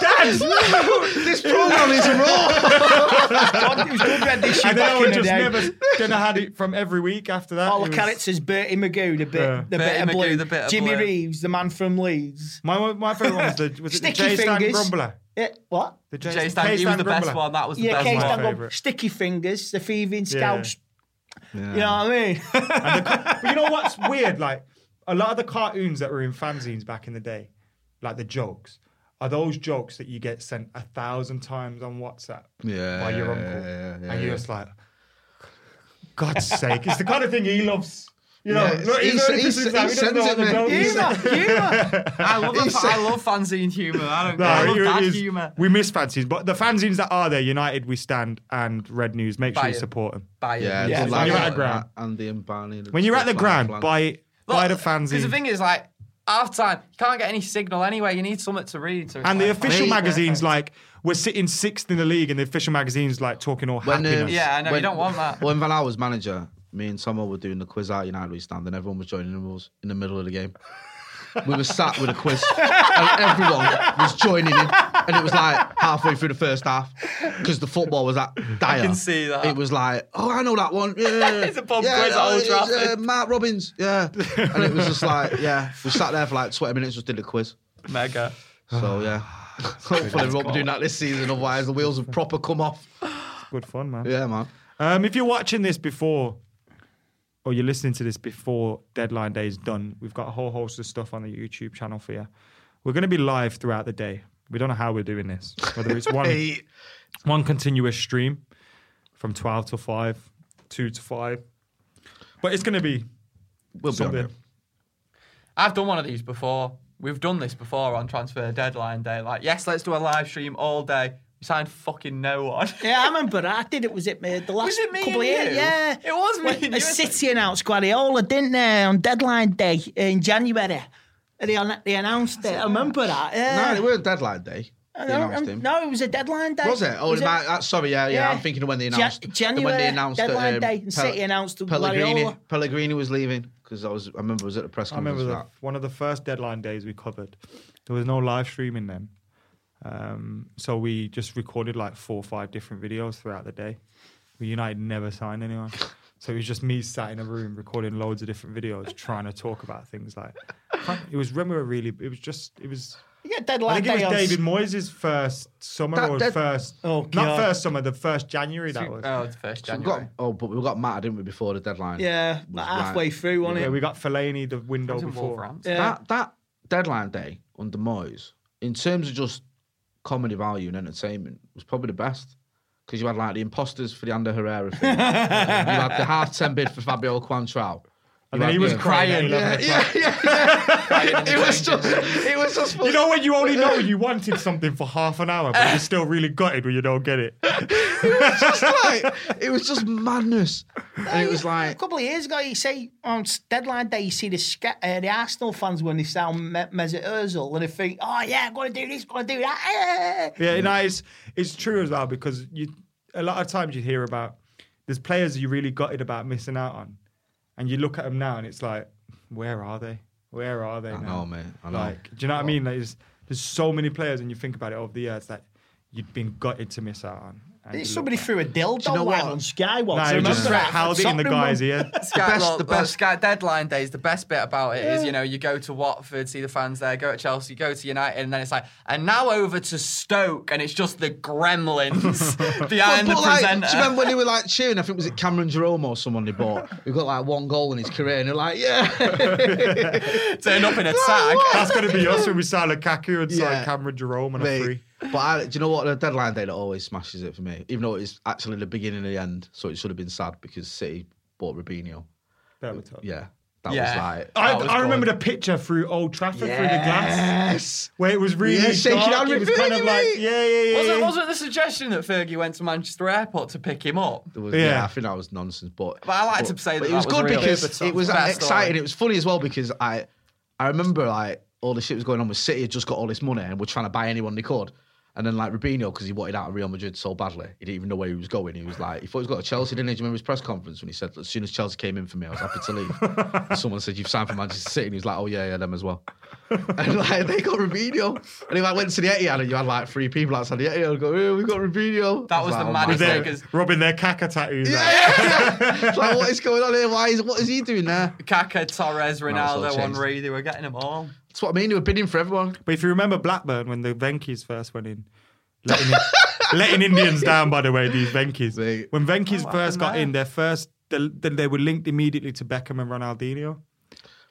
Dad. This program is raw. it was good red issue and then I back in would the just day. never. Then I had it from every week after that. All Oh, It the was- characters: Bertie Magoo, the bit, Yeah. the Bertie bit of Magoo, blue, the bit of Jimmy blue. Reeves, the man from Leeds, My my favorite one was the was it the Sticky J Stan fingers. Grumbler. Yeah, what? The Jay Stan, he was the best one. That was the Yeah, best Case my one. Dangle, favourite. Sticky Fingers, the thieving scouts. Yeah. You know what I But mean? you know what's weird? Like a lot of the cartoons that were in fanzines back in the day, like the jokes, are those jokes that you get sent a thousand times on WhatsApp Yeah, by your yeah, uncle, yeah, yeah, and you're yeah. just like, God's sake! It's the kind of thing he loves. You know, Yeah, look, he he's s- only he pissing us s- out. he He doesn't know sends what the it, belt mate. is. Humour, humour. I love, the fa- I love fanzine humour. I don't No, care. I love it bad is- humour. We miss fanzines, but the fanzines that are there, United We Stand and Red News, make sure Buy you it. support them. Buy it. Yeah, Yeah, it's when like you're at that, the ground. and the Mbani. When you're at the ground, buy it. buy the Because the fanzine. thing is, like, half time, you can't get any signal anyway. You need something to read. So it's And the like- official Mate. magazine's like, we're sitting sixth in the league, and the official magazine's like talking all When, um, happiness. Yeah, I know. you When- don't want that. When Van Gaal was manager, me and Tomo were doing the quiz out at United We Stand, and everyone was joining in with us in the middle of the game. We were sat with a quiz, and everyone was joining in, and it was like halfway through the first half because the football was that dire. can see that. It was like, oh, I know that one. Yeah, It's a pub yeah, quiz at Old it's, uh, Trafford. Mark Robbins. Yeah, and it was just like, yeah, we sat there for like twenty minutes, just did the quiz. Mega. So yeah, hopefully we won't be doing that this season. Otherwise, the wheels have proper come off. Good fun, man. Yeah, man. Um, if you're watching this before, or you're listening to this before deadline day is done, we've got a whole host of stuff on the YouTube channel for you. We're going to be live throughout the day. We don't know how we're doing this. Whether it's one Hey, one continuous stream from twelve to five, two to five, but it's going to be we'll be on something. it. I've done one of these before. We've done this before on transfer deadline day. Like, yes, let's do a live stream all day. We signed fucking no one. Yeah, I remember that. I did it. Was it me? The last Was it me couple and of years? you? Yeah, It was me When and the you, isn't it? City announced Guardiola, didn't they, on deadline day in January? They, an- they announced it. I remember that. Yeah. No, it weren't deadline day. They No, announced um, him. no, it was a deadline day. Was it? Oh, it might- uh, sorry, yeah, yeah, I'm thinking of when they Ja- announced. the- January when they announced that, deadline um, day. And Pel- City announced the Pellegrini. Guardiola. Pellegrini was leaving because I was. I remember I was at the press I conference. remember for the, one of the first deadline days we covered. There was no live streaming then. Um, so we just recorded like four or five different videos throughout the day. We United never signed anyone. So it was just me sat in a room recording loads of different videos, trying to talk about things like it was when we were really. It was just it was. Yeah, I deadline think it day. was on- David Moyes' first summer That- or that- first Oh, not God. first summer, the first January that was. Oh, it's first that. We January. got, oh, but we got mad, didn't we, before the deadline? Yeah, Was like right. halfway through, wasn't yeah, it? we Ah, got Fellaini the window It's in before. Wolverhampton. Yeah. That that deadline day under Moyes, in terms of just comedy value and entertainment, was probably the best. Because you had like the imposters for the Ander Herrera thing. you had the half ten bid for Fabio Quantrao. And then he was crying. Yeah, yeah, yeah. yeah. it was just, it was just. You know when you only know you wanted something for half an hour, but you're still really gutted when you don't get it. just like it was just madness. And it was A like couple of years ago, you see on s- deadline day, you see the sca- uh, the Arsenal fans when they sound Me- Mesut Ozil and they think, "Oh yeah, I'm going to do this, going to do that." Eh. Yeah, and I, it's it's true as well because you a lot of times you hear about there's players you really gutted about missing out on, and you look at them now and it's like, where are they? Where are they? I now? know, mate. I know. Like, do you know what I mean? Like, there's, there's so many players, and you think about it over the years that you've been gutted to miss out on. And you Think look Somebody back. threw a dildo know live what? on Sky once. Nah, I he remember just that. held it in the Tottenham guy's one. ear. Sky, best- look, the look, best- Sky deadline days. The best bit about it is, you know, you go to Watford, see the fans there, go to Chelsea, go to United, and then it's like, and now over to Stoke, and it's just the gremlins behind the like, presenter. do you remember when they were like cheering? I think was it Cameron Jerome or someone they bought who got like one goal in his career, and they're like, yeah, Turn up in a tag. That's going to be us when we sign Lukaku and sign Yeah. Cameron Jerome and a mate. free. But I, do you know what? The deadline day that always smashes it for me, even though it's actually the beginning and the end. So it should have been sad because City bought Rubinho. That would talk. Yeah, that Yeah. was like. I, That was I remember good. the picture through Old Trafford through the glass. Yes. where it was really Yeah, shaking dark. out it with was kind of Fergie, like mate. yeah, yeah, yeah. Wasn't, yeah. wasn't the suggestion that Fergie went to Manchester Airport to pick him up? There was, Yeah. yeah. I think that was nonsense. But But I like to say that it that was was good real. because Everton's it was best exciting. story. It was funny as well because I I remember like all the shit was going on with City had just got all this money and were trying to buy anyone they could. And then like Rubinho, because he wanted out of Real Madrid so badly, he didn't even know where he was going. He was like, he thought he was going to Chelsea, didn't he? Do you remember his press conference when he said, as soon as Chelsea came in for me, I was happy to leave. and someone said, you've signed for Manchester City. And he was like, oh yeah, yeah, them as well. And like they got Rubinho. And he like went to the Etihad and you had like three people outside the Etihad go, yeah, we got Rubinho. That I was the like, maddest oh, my thing They're God. because rubbing their caca tattoos. out. Yeah, yeah, yeah. It's like, what is going on here? Why is what is he doing there? Kaka, Torres, as well Ronaldo, change. Henri, they were getting them all. That's what I mean. They were bidding for everyone. But if you remember Blackburn when the Venkis first went in, letting, in- letting Indians down. By the way, these Venkis. Mate. When Venkis what first happened got there? in, their first they, they were linked immediately to Beckham and Ronaldinho.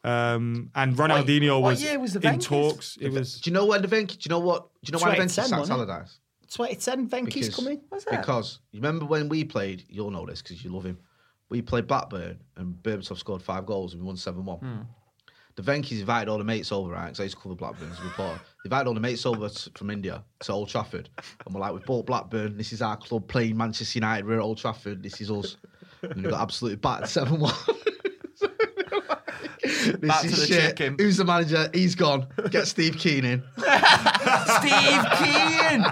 Um, and Ronaldinho what was, year was the in Venkis? talks. It was Do you know when the Venky? Do you know what? Do you know why the 2010, Venky sacked wasn't it? Allardyce? 2010, Venky's coming. Was it? because you remember when we played. You'll know this because you love him. we played Blackburn and Berbatov scored five goals and we won 7 1. Hmm. The Venkies invited all the mates over, right? Because I used to cover Blackburn as a reporter. They invited all the mates over t- from India to Old Trafford. And we're like, we bought Blackburn. This is our club playing Manchester United. We're at Old Trafford. This is us. And we got absolutely battered 7 1. This Back to the shit. chicken. Who's the manager? He's gone. Get Steve Keane in. Steve Keane!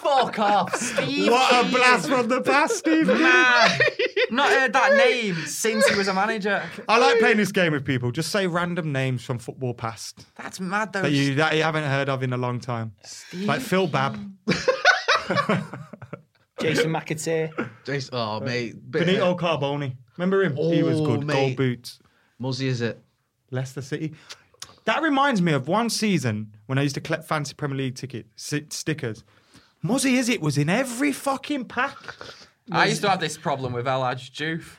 Fuck off, Steve What a Keane. blast from the past, Steve. Man, not heard that name since he was a manager. I like playing this game with people. Just say random names from football past That's mad though. that you that you haven't heard of in a long time. Steve Like Phil Babb, Jason McAteer. Jason, oh, mate. Bit- Benito Carboni. Remember him? he was Oh, good. Gold mate. boots. Muzzy, is it? Leicester City. That reminds me of one season when I used to collect fancy Premier League ticket si- stickers. Muzzy is it was in every fucking pack. I used to have this problem with El Hadj Diouf.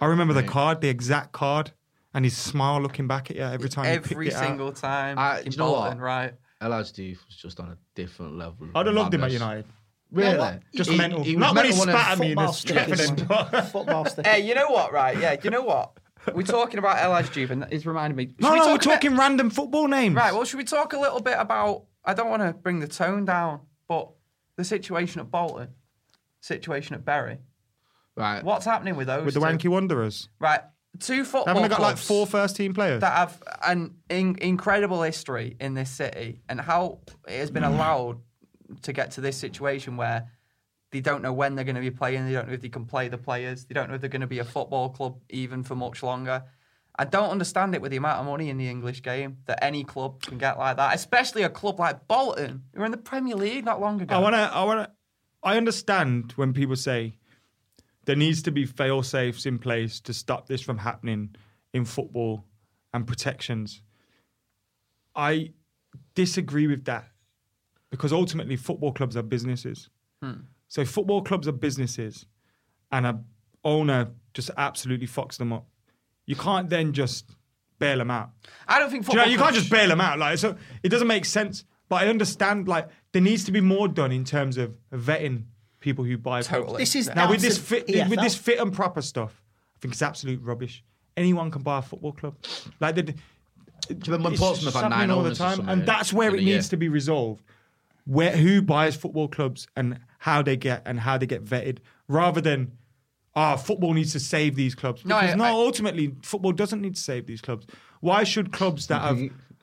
I remember the card, the exact card, and his smile looking back at you every time. you Every picked it Uh, out. single time. I- Fucking do you know what? Bolton, Right. Elad Steve was just on a different level. I'd have loved him at Madness. United. Really? Just He- mental. he was Not when he mental when spat at me in Football his stickers. Stephen and- Football stickers. Hey, you know what, right? Yeah, you know what? We're talking about El Hadj Diouf and it's reminding me. Should No, we no, we're talk a bit- talking random football names. Right, well, should we talk a little bit about. I don't want to bring the tone down, but the situation at Bolton, situation at Bury. Right. What's happening with those? with the two? Wanky Wanderers. Right, two football Haven't they got like clubs four first team players? that have an in- incredible history in this city and how it has been Mm. allowed to get to this situation where they don't know when they're going to be playing, they don't know if they can play the players, they don't know if they're going to be a football club even for much longer. I don't understand it with the amount of money in the English game that any club can get like that, especially a club like Bolton, who were in the Premier League not long ago. I want to. I want to. I understand when people say there needs to be fail safes in place to stop this from happening in football and protections. I disagree with that because ultimately football clubs are businesses. Hmm. So football clubs are businesses, and a owner just absolutely fucks them up. You can't then just bail them out. I don't think Do you football. know, you can't clubs- just bail them out. Like, so it doesn't make sense. But I understand. Like, there needs to be more done in terms of vetting people who buy. clubs. Totally. This is now down with to this fit EFL. with this fit and proper stuff. I think it's absolute rubbish. Anyone can buy a football club. Like, they, Do you remember when it's Portsmouth just had nine happening all the owners or time, something and in- that's where in it a year? needs to be resolved. Where who buys football clubs and how they get and how they get vetted, rather than ah football needs to save these clubs. No, I- Because no, I- ultimately football doesn't need to save these clubs. Why should clubs that have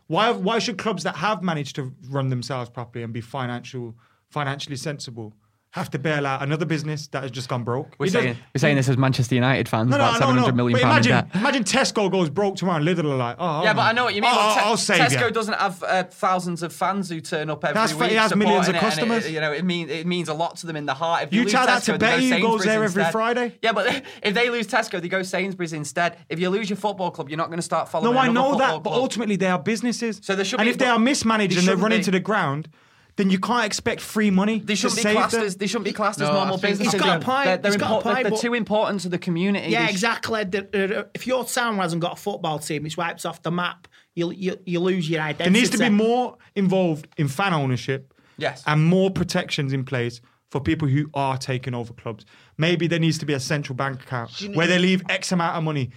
why why should clubs that have managed to run themselves properly and be financial financially sensible have to bail out another business that has just gone broke? We're It doesn't- saying, we're saying this as Manchester United fans, about seven hundred million But pounds in imagine, debt. imagine Tesco goes broke tomorrow and Lidl are like, oh, Yeah, hold but on. I know what you mean. Oh, Well, Te- I'll save Tesco you. doesn't have uh, thousands of fans who turn up every That's fa- week. it has millions of supporting it, and customers. It, you know, it means it means a lot to them in the heart. If they You lose tell that Tesco, to they go Betty who goes Sainsbury's there every instead. Friday. Yeah, but if they lose Tesco, they go Sainsbury's instead. If you lose your football club, you're not going to start following. No, I another know football that, but club. ultimately they are businesses. So there should and be- if they are mismanaged They and they're shouldn't running be. to the ground, then you can't expect free money. they shouldn't to be save classed them. as they shouldn't be classed as No, I normal think- businesses. He's got a They're- point, They're, they're he's got a important- point, they're but- too important to the community. They Yeah, sh- exactly. The- the- If your town hasn't got a football team, it's wiped off the map. You you, you lose your identity. There needs to be more involved in fan ownership. Yes. And more protections in place for people who are taking over clubs. Maybe there needs to be a central bank account where they leave X amount of money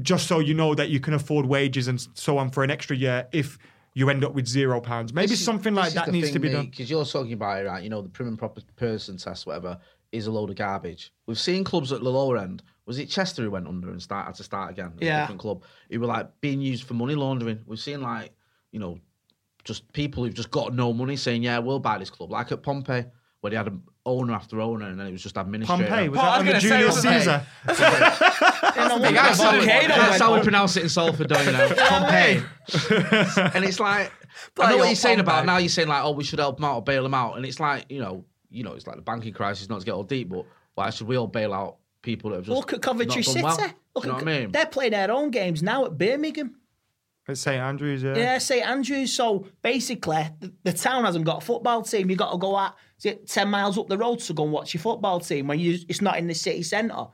just so you know that you can afford wages and so on for an extra year if you end up with zero pounds. Maybe This is- something like this is that the needs thing, to be mate, done. Because you're talking about it, right? You know, the prim and proper person test, whatever, is a load of garbage. We've seen clubs at the lower end. Was it Chester who went under and started to start again? at A Yeah. different club. Who were like being used for money laundering. We've seen like, you know, just people who've just got no money saying, yeah, we'll buy this club. Like at Pompey, where they had an owner after owner and then it was just administrator. Pompey, was Well, I that was under gonna say, Julius wasn't it? Caesar? more. That's That's, how we- okay, that's though. how we pronounce it in Salford, don't you know? Pompey. and it's like, I Bloody know what old you're saying about Pompey. now. You're saying like, oh, we should help them out or bail them out, and it's like, you know, you know, it's like the banking crisis. Not to get all deep, but why should we all bail out people that have just Look at Coventry not done City. Well? Look you know at, what I mean? They're playing their own games now at Birmingham. At St Andrews, Yeah, St Andrews. So basically, the, the town hasn't got a football team. You've got to go out is it 10 miles up the road to go and watch your football team when you it's not in the city centre.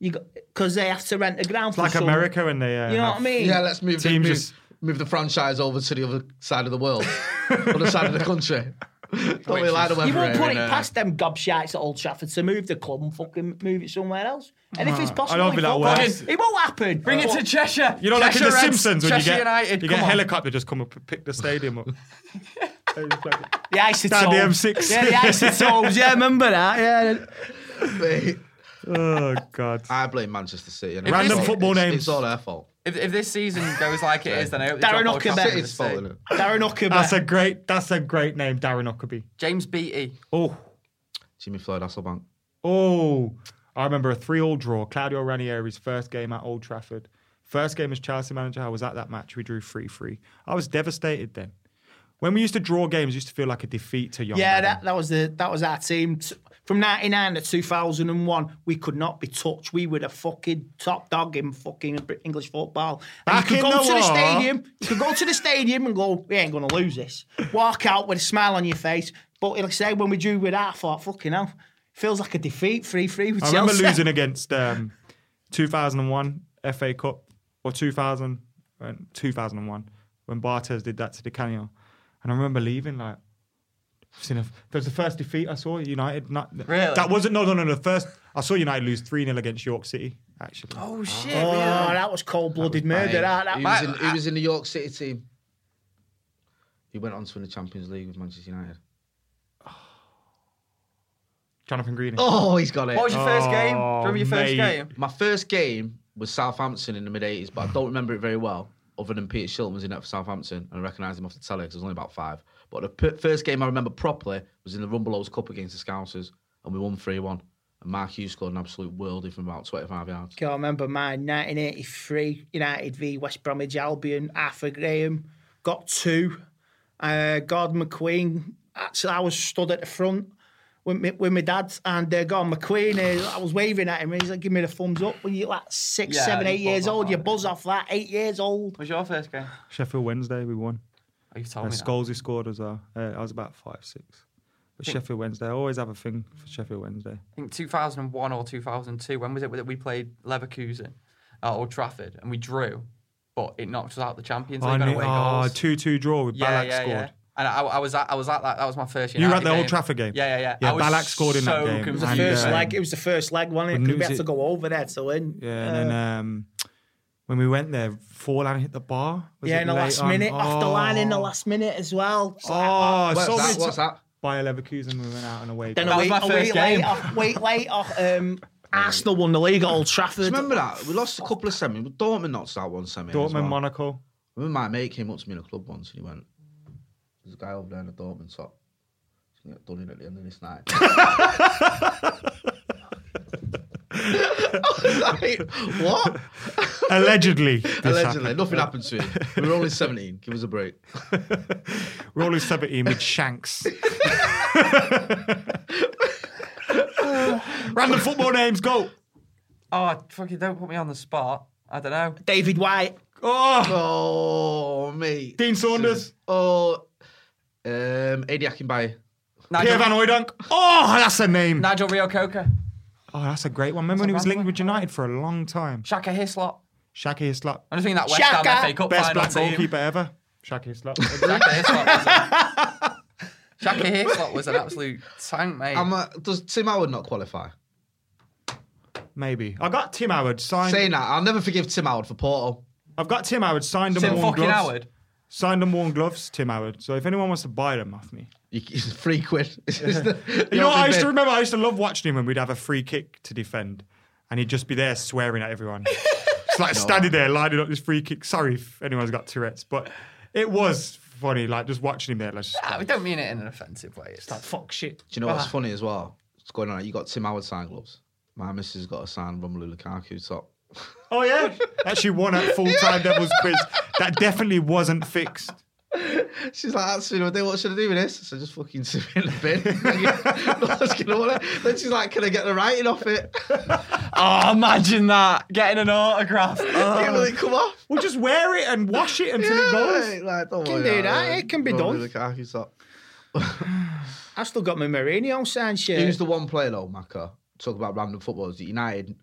You Because they have to rent a ground. for like some- America when they. Uh, You know have- what I mean? Yeah, let's move the, Team move, just- move the franchise over to the other side of the world, other side of the country. Don't be which lying is- about You won't Everett put it and, uh, past them gobshites at Old Trafford to move the club and fucking move it somewhere else. And if it's possible, don't think that fuck works. it. It won't happen. Bring it to Cheshire. You know, like in Cheshire The Reds, Simpsons, when you Cheshire get United. you get a come on. helicopter just come and p- pick the stadium up. the isotope. Down the M6. Yeah, the isotopes. yeah, remember that? Yeah. Mate, oh God. I blame Manchester City. and Random it's all- football it's- names. It's all their fault. If, if this season goes like it is, then I hope they Darren drop all Huckerberg. Chelsea It's to the City's fault, sea. isn't it? Darren Huckerberg. That's a great. That's a great name, Darren Huckabee. James Beattie. Oh, Jimmy Floyd Hasselbank. oh! I remember a three-all draw. Claudio Ranieri's first game at Old Trafford. First game as Chelsea manager. I was at that match. We drew three-three. I was devastated then. When we used to draw games, it used to feel like a defeat to young. yeah, Adam. that, that was the that was our team. T- From 99 to 2001, we could not be touched. We were the fucking top dog in fucking Br- English football. And Back you in could go the to the war. stadium, you could go to the stadium and go, we ain't going to lose this. Walk out with a smile on your face. But like I say, when we drew with that, I thought, fucking hell, feels like a defeat, 3 3 with I Chelsea. remember losing against um, 2001 FA Cup or 2000, uh, 2001 when Bartes did that to Di Canio. And I remember leaving like, I've seen a, that was the first defeat I saw United. Not, Really? That wasn't, no, no, no, the first, I saw United lose 3 0 against York City, actually. Oh shit! Oh, really? that was cold blooded murder. That, that, He was, in, he was in the York City team. He went on to win the Champions League with Manchester United. Jonathan Green. Oh, he's got it. What was your first game? Do you Oh, remember your first mate. game? My first game was Southampton in the mid 80s, but I don't remember it very well, other than Peter Shilton was in it for Southampton and I recognised him off the telly because I was only about five. But the p- first game I remember properly was in the Rumbelows Cup against the Scousers, and we won 3 1. And Mark Hughes scored an absolute worldie from about 25 yards. I remember mine, 1983, United v West Bromwich Albion, Arthur Graham, got two. Uh, Gordon McQueen, actually, I was stood at the front with my, with my dad, and uh, Gordon McQueen, uh, I was waving at him, and he's like, give me the thumbs up. When you're like six, Yeah, seven, you eight years buzz off old, you that. buzz off that, eight years old. What was your first game? Sheffield Wednesday, we won. Oh, you told And me. that. Scholes, who scored as well. Uh, I was about five, six. But Sheffield Wednesday, I always have a thing for Sheffield Wednesday. I think 2001 or 2002. When was it that we played Leverkusen at Old Trafford and we drew, but it knocked us out the Champions League on away goals. 2 2 ah, draw with yeah, Balak yeah, scored. yeah. And I, I was at, I was at that. That was my first. You were at United the Old game. Trafford game? Yeah, yeah, yeah. Yeah, I was Ballack scored in that so game. It was the The And, confused. first uh, leg, it was the first leg, wasn't it? 'Cause Newt- we had to go over there to win. Yeah, and then Uh. um, when we went there, Forlan hit the bar. Was yeah, it in the late last on? minute, off the line in the last minute as well. It's like, Oh, What's so many that? times. What's that? Bayer Leverkusen, Oh, we went out on a way. Then That a was week, my a first week game. later, week later, um, Arsenal won the league at Old Trafford. Remember that? We lost a couple of semi. Dortmund knocked out one semi. as Dortmund, well. Monaco. I remember my mate came up to me in a club once and he went, There's a guy over there in a Dortmund top. He's going to get done in at the end of this night. I was like, what? Allegedly. this Allegedly, happened. nothing happened to him. We were only 17. Give us a break. We're only 17 with Shanks. Random football names, go. Oh fucking! Don't put me on the spot. I don't know. David White. Oh, Oh, mate. Dean Saunders. Oh, um, Eddie Akinbaye. Pierre Nigel, Van Hooydonk. Oh, that's a name. Nigel Rio Coker, Oh, that's a great one. Remember when he was linked with United for a long time? Shaka Hislop. Shaki Hislop. I'm just thinking that West Shaka, Ham FA Cup Best final black team. goalkeeper ever. Shaki Hislop. Shaka Hislop. Was a, Shaka Hislop was an absolute tank, mate. I'm uh, does Tim Howard not qualify? Maybe. I got Tim Howard signed. Saying that, I'll never forgive Tim Howard for Porto. I've got Tim Howard signed and Tim worn fucking gloves. Howard. Signed and worn gloves, Tim Howard. So if anyone wants to buy them off me. You, it's three quid. It's just the- You know what I used to bid. remember? I used to love watching him when we'd have a free kick to defend and he'd just be there swearing at everyone. Just like standing there lining up this free kick. Sorry if anyone's got Tourette's, but it was funny, like just watching him there. Like, just I like, Ah, don't mean it in an offensive way. Oh, It's like, fuck shit. Do you know Ah. what's funny as well? What's going on? You got Tim Howard sign gloves. My missus has got a signed Romelu Lukaku top. Oh yeah, actually won at full time Devils quiz. That definitely wasn't fixed. She's like, that's, you know, what should I do with this? I said, just fucking sit in the bin. No one's gonna want it. Then she's like, can I get the writing off it? oh, imagine that getting an autograph. Oh. Hey, will it come off? We'll just wear it and wash it until it goes. Hey, like, don't Can worry do about that, it can be Don't done. do the khaki top. I've still got my Mourinho signed shirt. Who's the one player though, Maka? Talk about random footballers that United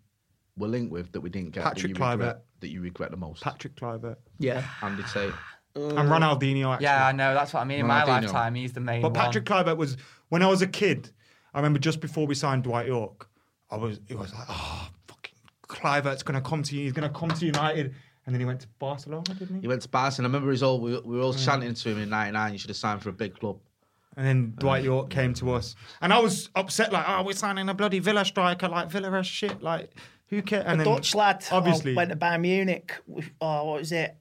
were linked with that we didn't get. Patrick that you regret, Kluivert. That you regret the most. Patrick Kluivert. yeah. Andy Tate. and Ronaldinho. Actually. Yeah, I know. That's what I mean. In my Ronaldinho. lifetime, he's the main But Patrick Kluivert was when I was a kid. I remember just before we signed Dwight York, I was it was like, oh, fucking Kluivert's gonna come to you. He's gonna come to United, and then he went to Barcelona, didn't He he? went to Barca, and I remember he's all we, we were all chanting to him in '99. You should have signed for a big club. And then Dwight York came to us, and I was upset like, oh, we're signing a bloody Villa striker, like Villa are shit, like who cares? And a then Dutch lad oh, obviously went to Bayern Munich. with- Oh, what was it?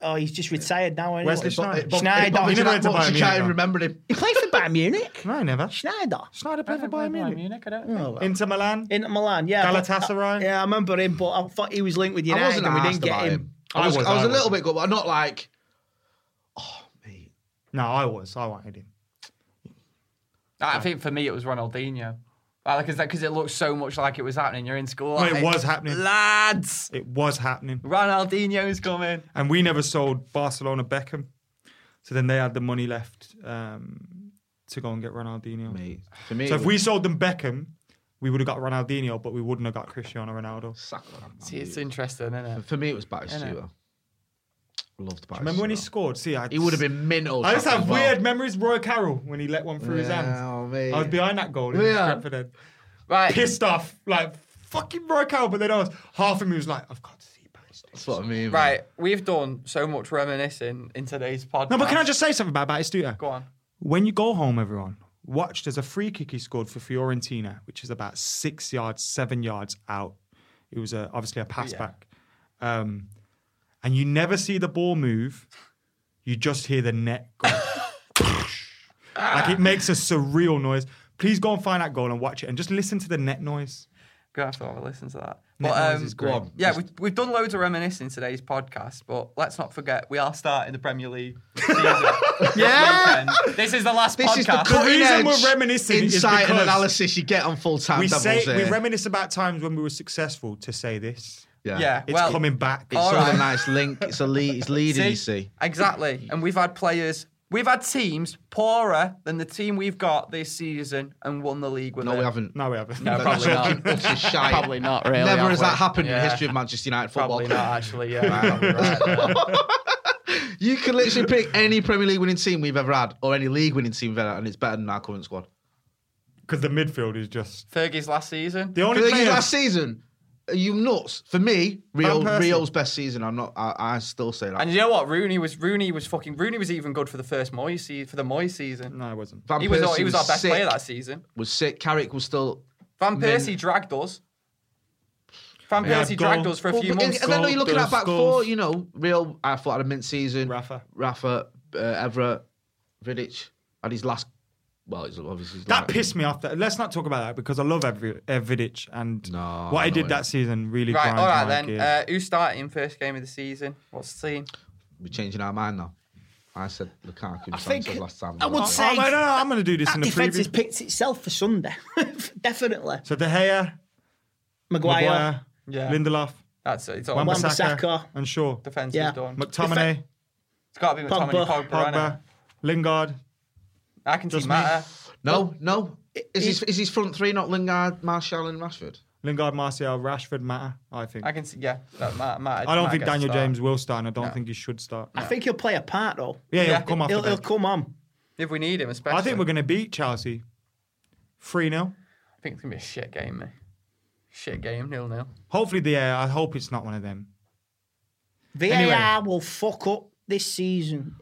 Oh, he's just retired now. ain't he? Wesley What- Schneider. Schneider. Bob- He never went to Bob- Bayern you can't Munich, even remember him. He played for Bayern Munich. no, never. Schneider. Schneider played for Bayern Munich. I don't think. Inter Milan. Into Milan, yeah. but- Galatasaray? yeah, I remember him, but I thought he was linked with I United wasn't and we asked didn't get about him. him. I was, I was, a I little bit good, but not like. Oh mate, No, I was. I wanted him. I think for me, it was Ronaldinho. Because because it looks so much like it was happening. You're in school. Well, it like, was happening. Lads, It was happening. Ronaldinho's coming. and we never sold Barcelona Beckham. So then they had the money left um, to go and get Ronaldinho. mate. For me, So it if was we sold them Beckham, we would have got Ronaldinho, but we wouldn't have got Cristiano Ronaldo. Saka, man. See, it's interesting, isn't it? For me, it was Battistuta. Loved Battistuta. Remember when he scored? See, I He would have been mental. I just Saka, have as well. weird memories. Roy Carroll when he let one through his hand. Oh, mate. I was behind that goal. In Yeah. Stratford End. Right. Pissed off, like fucking Roy Carroll. But then I was half of me was like, I've got to see Battistuta. That's what I mean. Right, we've done so much reminiscing in today's podcast. No, but can I just say something about Battistuta? go on? When you go home, everyone, watch there's a free kick he scored for Fiorentina, which is about six yards, seven yards out. It was a, obviously a pass back. Um, and you never see the ball move, you just hear the net go. like it makes a surreal noise. Please go and find that goal and watch it and just listen to the net noise. Gonna have to have a listen to that. Net But noise um, is great. go on. yeah, we've, we've done loads of reminiscing today's podcast, but let's not forget we are starting the Premier League season. yeah, this is the last This podcast. is the cutting reason edge we're reminiscing is insight and because analysis you get on full time. We Devils say we here. reminisce about times when we were successful to say this. Yeah. yeah, It's well, coming back. It's All all right. a nice link. It's a lead. It's leading. You see. Exactly. And we've had players, we've had teams poorer than the team we've got this season and won the league with No, it. we haven't. no, we haven't. No, That's probably not. fucking utter shite. Probably not, really. Never have has we? that happened in Yeah. the history of Manchester United football. Probably Club. not, actually. Yeah, probably right. You can literally pick any Premier League winning team we've ever had, or any league winning team we've ever had, and it's better than our current squad. Because the midfield is just Fergie's last season. the only For the players- last season, are you nuts? For me, Van Rio, Persie. Rio's best season. I'm not. I, I still say that. And you know what? Rooney was Rooney was fucking Rooney was even good for the first Moy season for the Moy season. No, I wasn't. Van he was our, Persie he was, our best sick, player that season. Was sick. Carrick was still. Van Min- Persie dragged us. Van Yeah, Persie goal. dragged us for a Well, few but- months. and then you're looking goals, at back goals. four. You know, Rio. I thought had a mint season. Rafa. Rafa, uh, Everett, Vidic had his last. Well, it's obviously his That last- pissed me off. That let's not talk about that because I love every Vidic and No, what I he know did it. that season really. Right, grinds all right my then. gears. Uh, who's starting first game of the season? What's the team? We're changing our mind now. I said Lukaku. I think- said last time. I would say- oh, no, no, I'm going to do this in That the defence has preview. picked itself for Sunday. Definitely. So De Gea, Maguire, Maguire, Yeah. Lindelof, That's it. It's all Wan-Bissaka. Wan-Bissaka, and Shaw, defense Yeah. is done. McTominay, It's got to be McTominay, Pogba. Pogba. Pogba, Pogba. Lingard. I can see Just me. Mata. No, no. Is his is his front three not Lingard, Marshall, and Rashford? Lingard, Martial, Rashford, Matter. I think. I I, can see. Yeah, that Mata. Mata don't Mata think gets a Daniel start. James will start. and I don't think he should start. I think he'll play a part though. yeah, he'll Yeah. come off. the He'll, he'll bench. come on. If we need him, especially. I think we're going to beat Chelsea, three 0 I think it's gonna be a shit game, mate. Shit game, nil nil. Hopefully, the air. I hope it's not one of them. VAR Anyway. will fuck up this season.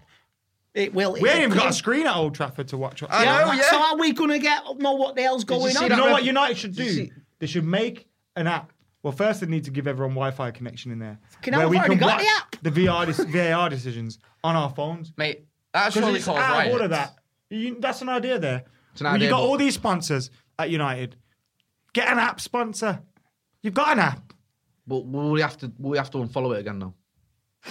It will. We it, ain't even got a screen at Old Trafford to watch. I Yeah, know, So yeah. are we gonna get know what the hell's going see on? You that know ref- what United should do? you see- They should make an app. Well, first they need to give everyone Wi-Fi connection in there, Can I- I've already got the app. the VR dis- VAR decisions on our phones. Mate, that's Because surely it's called out right. of order that. You- that's an idea there. an Well, idea, you got but- all these sponsors at United. Get an app sponsor. You've got an app. But will we have to will we have to unfollow it again now?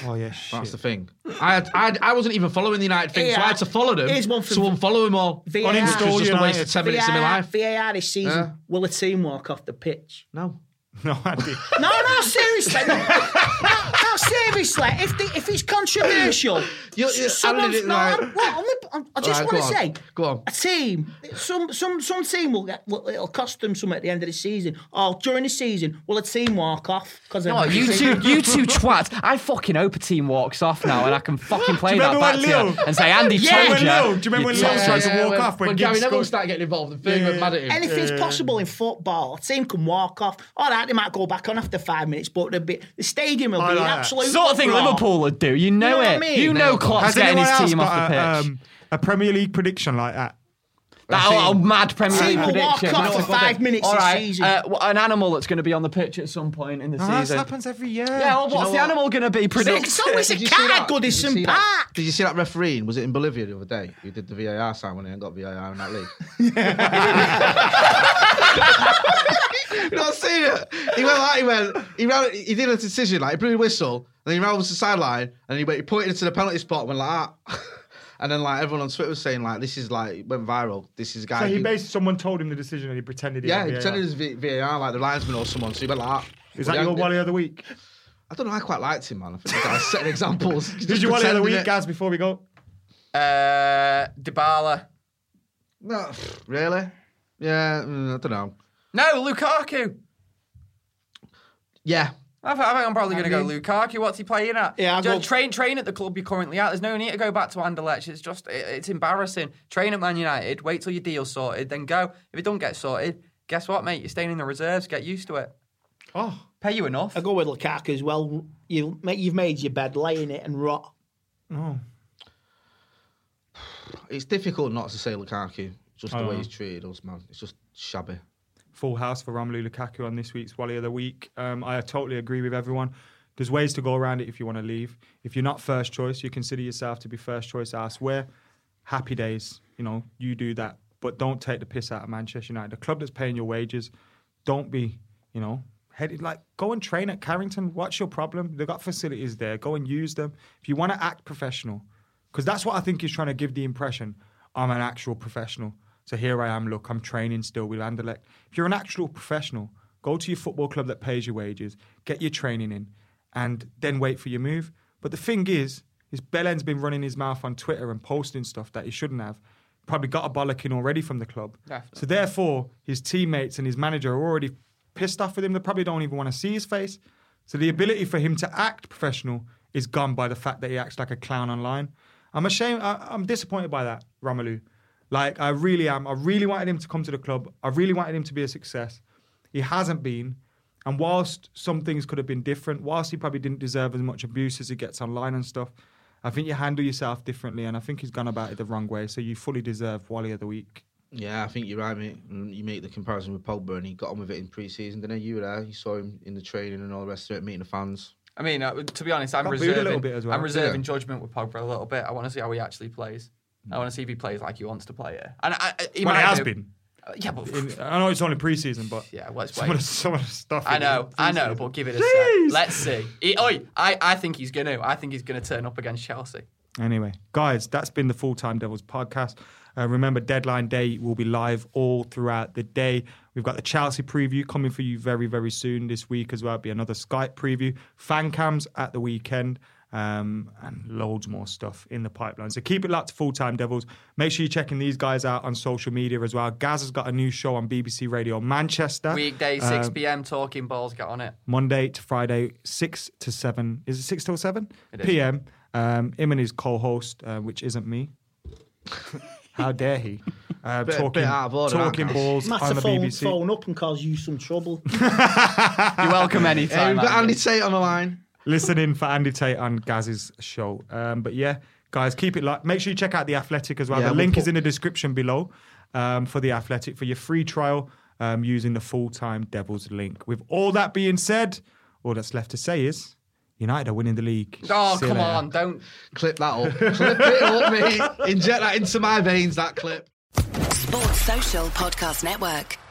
Oh yeah, That's shit. the thing. I had, I, I wasn't even following the United thing, so I had to follow them Here's one to for- unfollow them all. VAR. Which was Uninstall just a waste United. of ten minutes of my VAR life. VAR this season. Yeah. Will a team walk off the pitch? No, No, Andy. No, no, seriously. no, no, seriously. If the, if it's controversial, You- you- I someone's didn't no. like- I'm, well, I'm, I'm- I just Right, want go to on. say, Go on. a team, some some some team will get. Will, it'll cost them some at the end of the season or during the season. Will a team walk off? Because No, you two, you two twats. I fucking hope a team walks off now, and I can fucking play Do you that remember back when to you Lille- and say, Andy, Yeah. told When ya, Lille- do you remember you when Lille twats." tried to walk when, off when when Gibbs Gary Neville scored? started getting involved and Fergie went mad at him. Anything's possible in football. A team can walk off. All right, they might go back on after five minutes, but they'll be, the stadium will I be like an that. absolute Sort of thing uproar. Liverpool would do. You know, know what I it. mean? You know Klopp's Has getting anyone his else team off got the a, pitch. um, a Premier League prediction like that? that team- old, mad Premier League Team will walk prediction. off That's for a fucking- five minutes All this right, season. uh, w- an animal that's going to be on the pitch at some point in the No, this season. happens every year. Yeah, well, what's the what? animal going to be? Predict. it's always a Did you see that? cat at Did you see Goodison that? Park. Did you see that refereeing? Was it in Bolivia the other day? Who did the VAR sign when he ain't got VAR in that league? you not seen it? He went like he went. He ran. He did a decision like he blew a whistle and then he ran over to the sideline and he, went- he pointed to the penalty spot and went like that. And then like everyone on Twitter was saying like this is like it went viral. This is a guy. So he who- based someone told him the decision and he pretended. He yeah, had he VAR. pretended it was V- VAR like the linesman or someone. So he went like. Is that your Wally of the week? I don't know. I quite liked him, man. I think I was setting examples. Did you Wally of the week, Gaz? Before we go, Uh, Dybala. No, pff, really? Yeah, mm, I don't know. No, Lukaku. Yeah, I think, I think I'm probably going to go Lukaku. What's he playing at? Yeah, I'll just go- train train at the club you're currently at. There's no need to go back to Anderlecht. It's just it, it's embarrassing. Train at Man United. Wait till your deal's sorted, then go. If it don't get sorted, guess what, mate? You're staying in the reserves. Get used to it. oh, Pay you enough. I go with Lukaku as well. You, mate, you've made your bed, lay in it and rot. it's difficult not to say Lukaku. Just the I way know. he's treated us, man. It's just shabby. full house for Romelu Lukaku on this week's Wally of the Week. Um, I totally agree with everyone. There's ways to go around it if you want to leave. If you're not first choice, you consider yourself to be first choice elsewhere. Happy days, you know, you do that. But don't take the piss out of Manchester United, the club that's paying your wages. Don't be, you know, headed like go and train at Carrington. What's your problem? They've got facilities there. Go and use them. If you want to act professional, because that's what I think he's trying to give the impression. I'm an actual professional. So here I am, look, I'm training still with Anderlecht. If you're an actual professional, go to your football club that pays your wages, get your training in, and then wait for your move. But the thing is, is Belen's been running his mouth on Twitter and posting stuff that he shouldn't have. Probably got a bollocking already from the club. So therefore, his teammates and his manager are already pissed off with him. They probably don't even want to see his face. So the ability for him to act professional is gone by the fact that he acts like a clown online. I'm ashamed. I, I'm disappointed by that, Romelu. Like I really am. I really wanted him to come to the club. I really wanted him to be a success. He hasn't been. And whilst some things could have been different, whilst he probably didn't deserve as much abuse as he gets online and stuff, I think you handle yourself differently. And I think he's gone about it the wrong way. So you fully deserve Wally of the Week. Yeah, I think you're right, mate. And You make the comparison with Pogba, and he got on with it in pre-season, didn't he? You were there. You saw him in the training and all the rest of it, meeting the fans. I mean, uh, to be honest, I'm Got booed a reserving. little bit as well. I'm reserving Yeah. judgment with Pogba a little bit. I want to see how he actually plays. I want to see if he plays like he wants to play it. And I, I, he Well, might it has do. been. Uh, Yeah, but In- I know it's only preseason, but yeah, let's some, of wait. the, some of the stuff. I he did know, in I know, pre-season. but give it a sec. Let's see. He, oi, I, I think he's gonna. I think he's gonna turn up against Chelsea. Anyway, guys, that's been the Full Time Devils podcast. Uh, remember, deadline day will be live all throughout the day. We've got the Chelsea preview coming for you very, very soon this week as well. It'll be another Skype preview, fan cams at the weekend, um, and loads more stuff in the pipeline. So keep it locked to Full Time Devils. Make sure you're checking these guys out on social media as well. Gaz has got a new show on BBC Radio Manchester. Weekday, Um, 6 p.m. Talking balls. Get on it. Monday to Friday, six to seven. Is it six till seven It is. p.m. Um, him and his co-host, uh, which isn't me. How dare he? Uh, Bit- talking bit out of order, talking that, balls on Matter the phone, BBC. phone up and cause you some trouble. You're welcome Yeah, anytime. we've got Andy. Andy Tate on the line. Listen in for Andy Tate on Gaz's show. Um, but yeah, guys, keep it like. Make sure you check out the Athletic as well. Yeah, the we'll link put- is in the description below um, for the Athletic for your free trial um, using the full-time Devils link. With all that being said, all that's left to say is United are winning the league. Oh See you come later. on! Don't. Clip that up. Clip it up, mate. Inject that into my veins. That clip. Sports Social Podcast Network.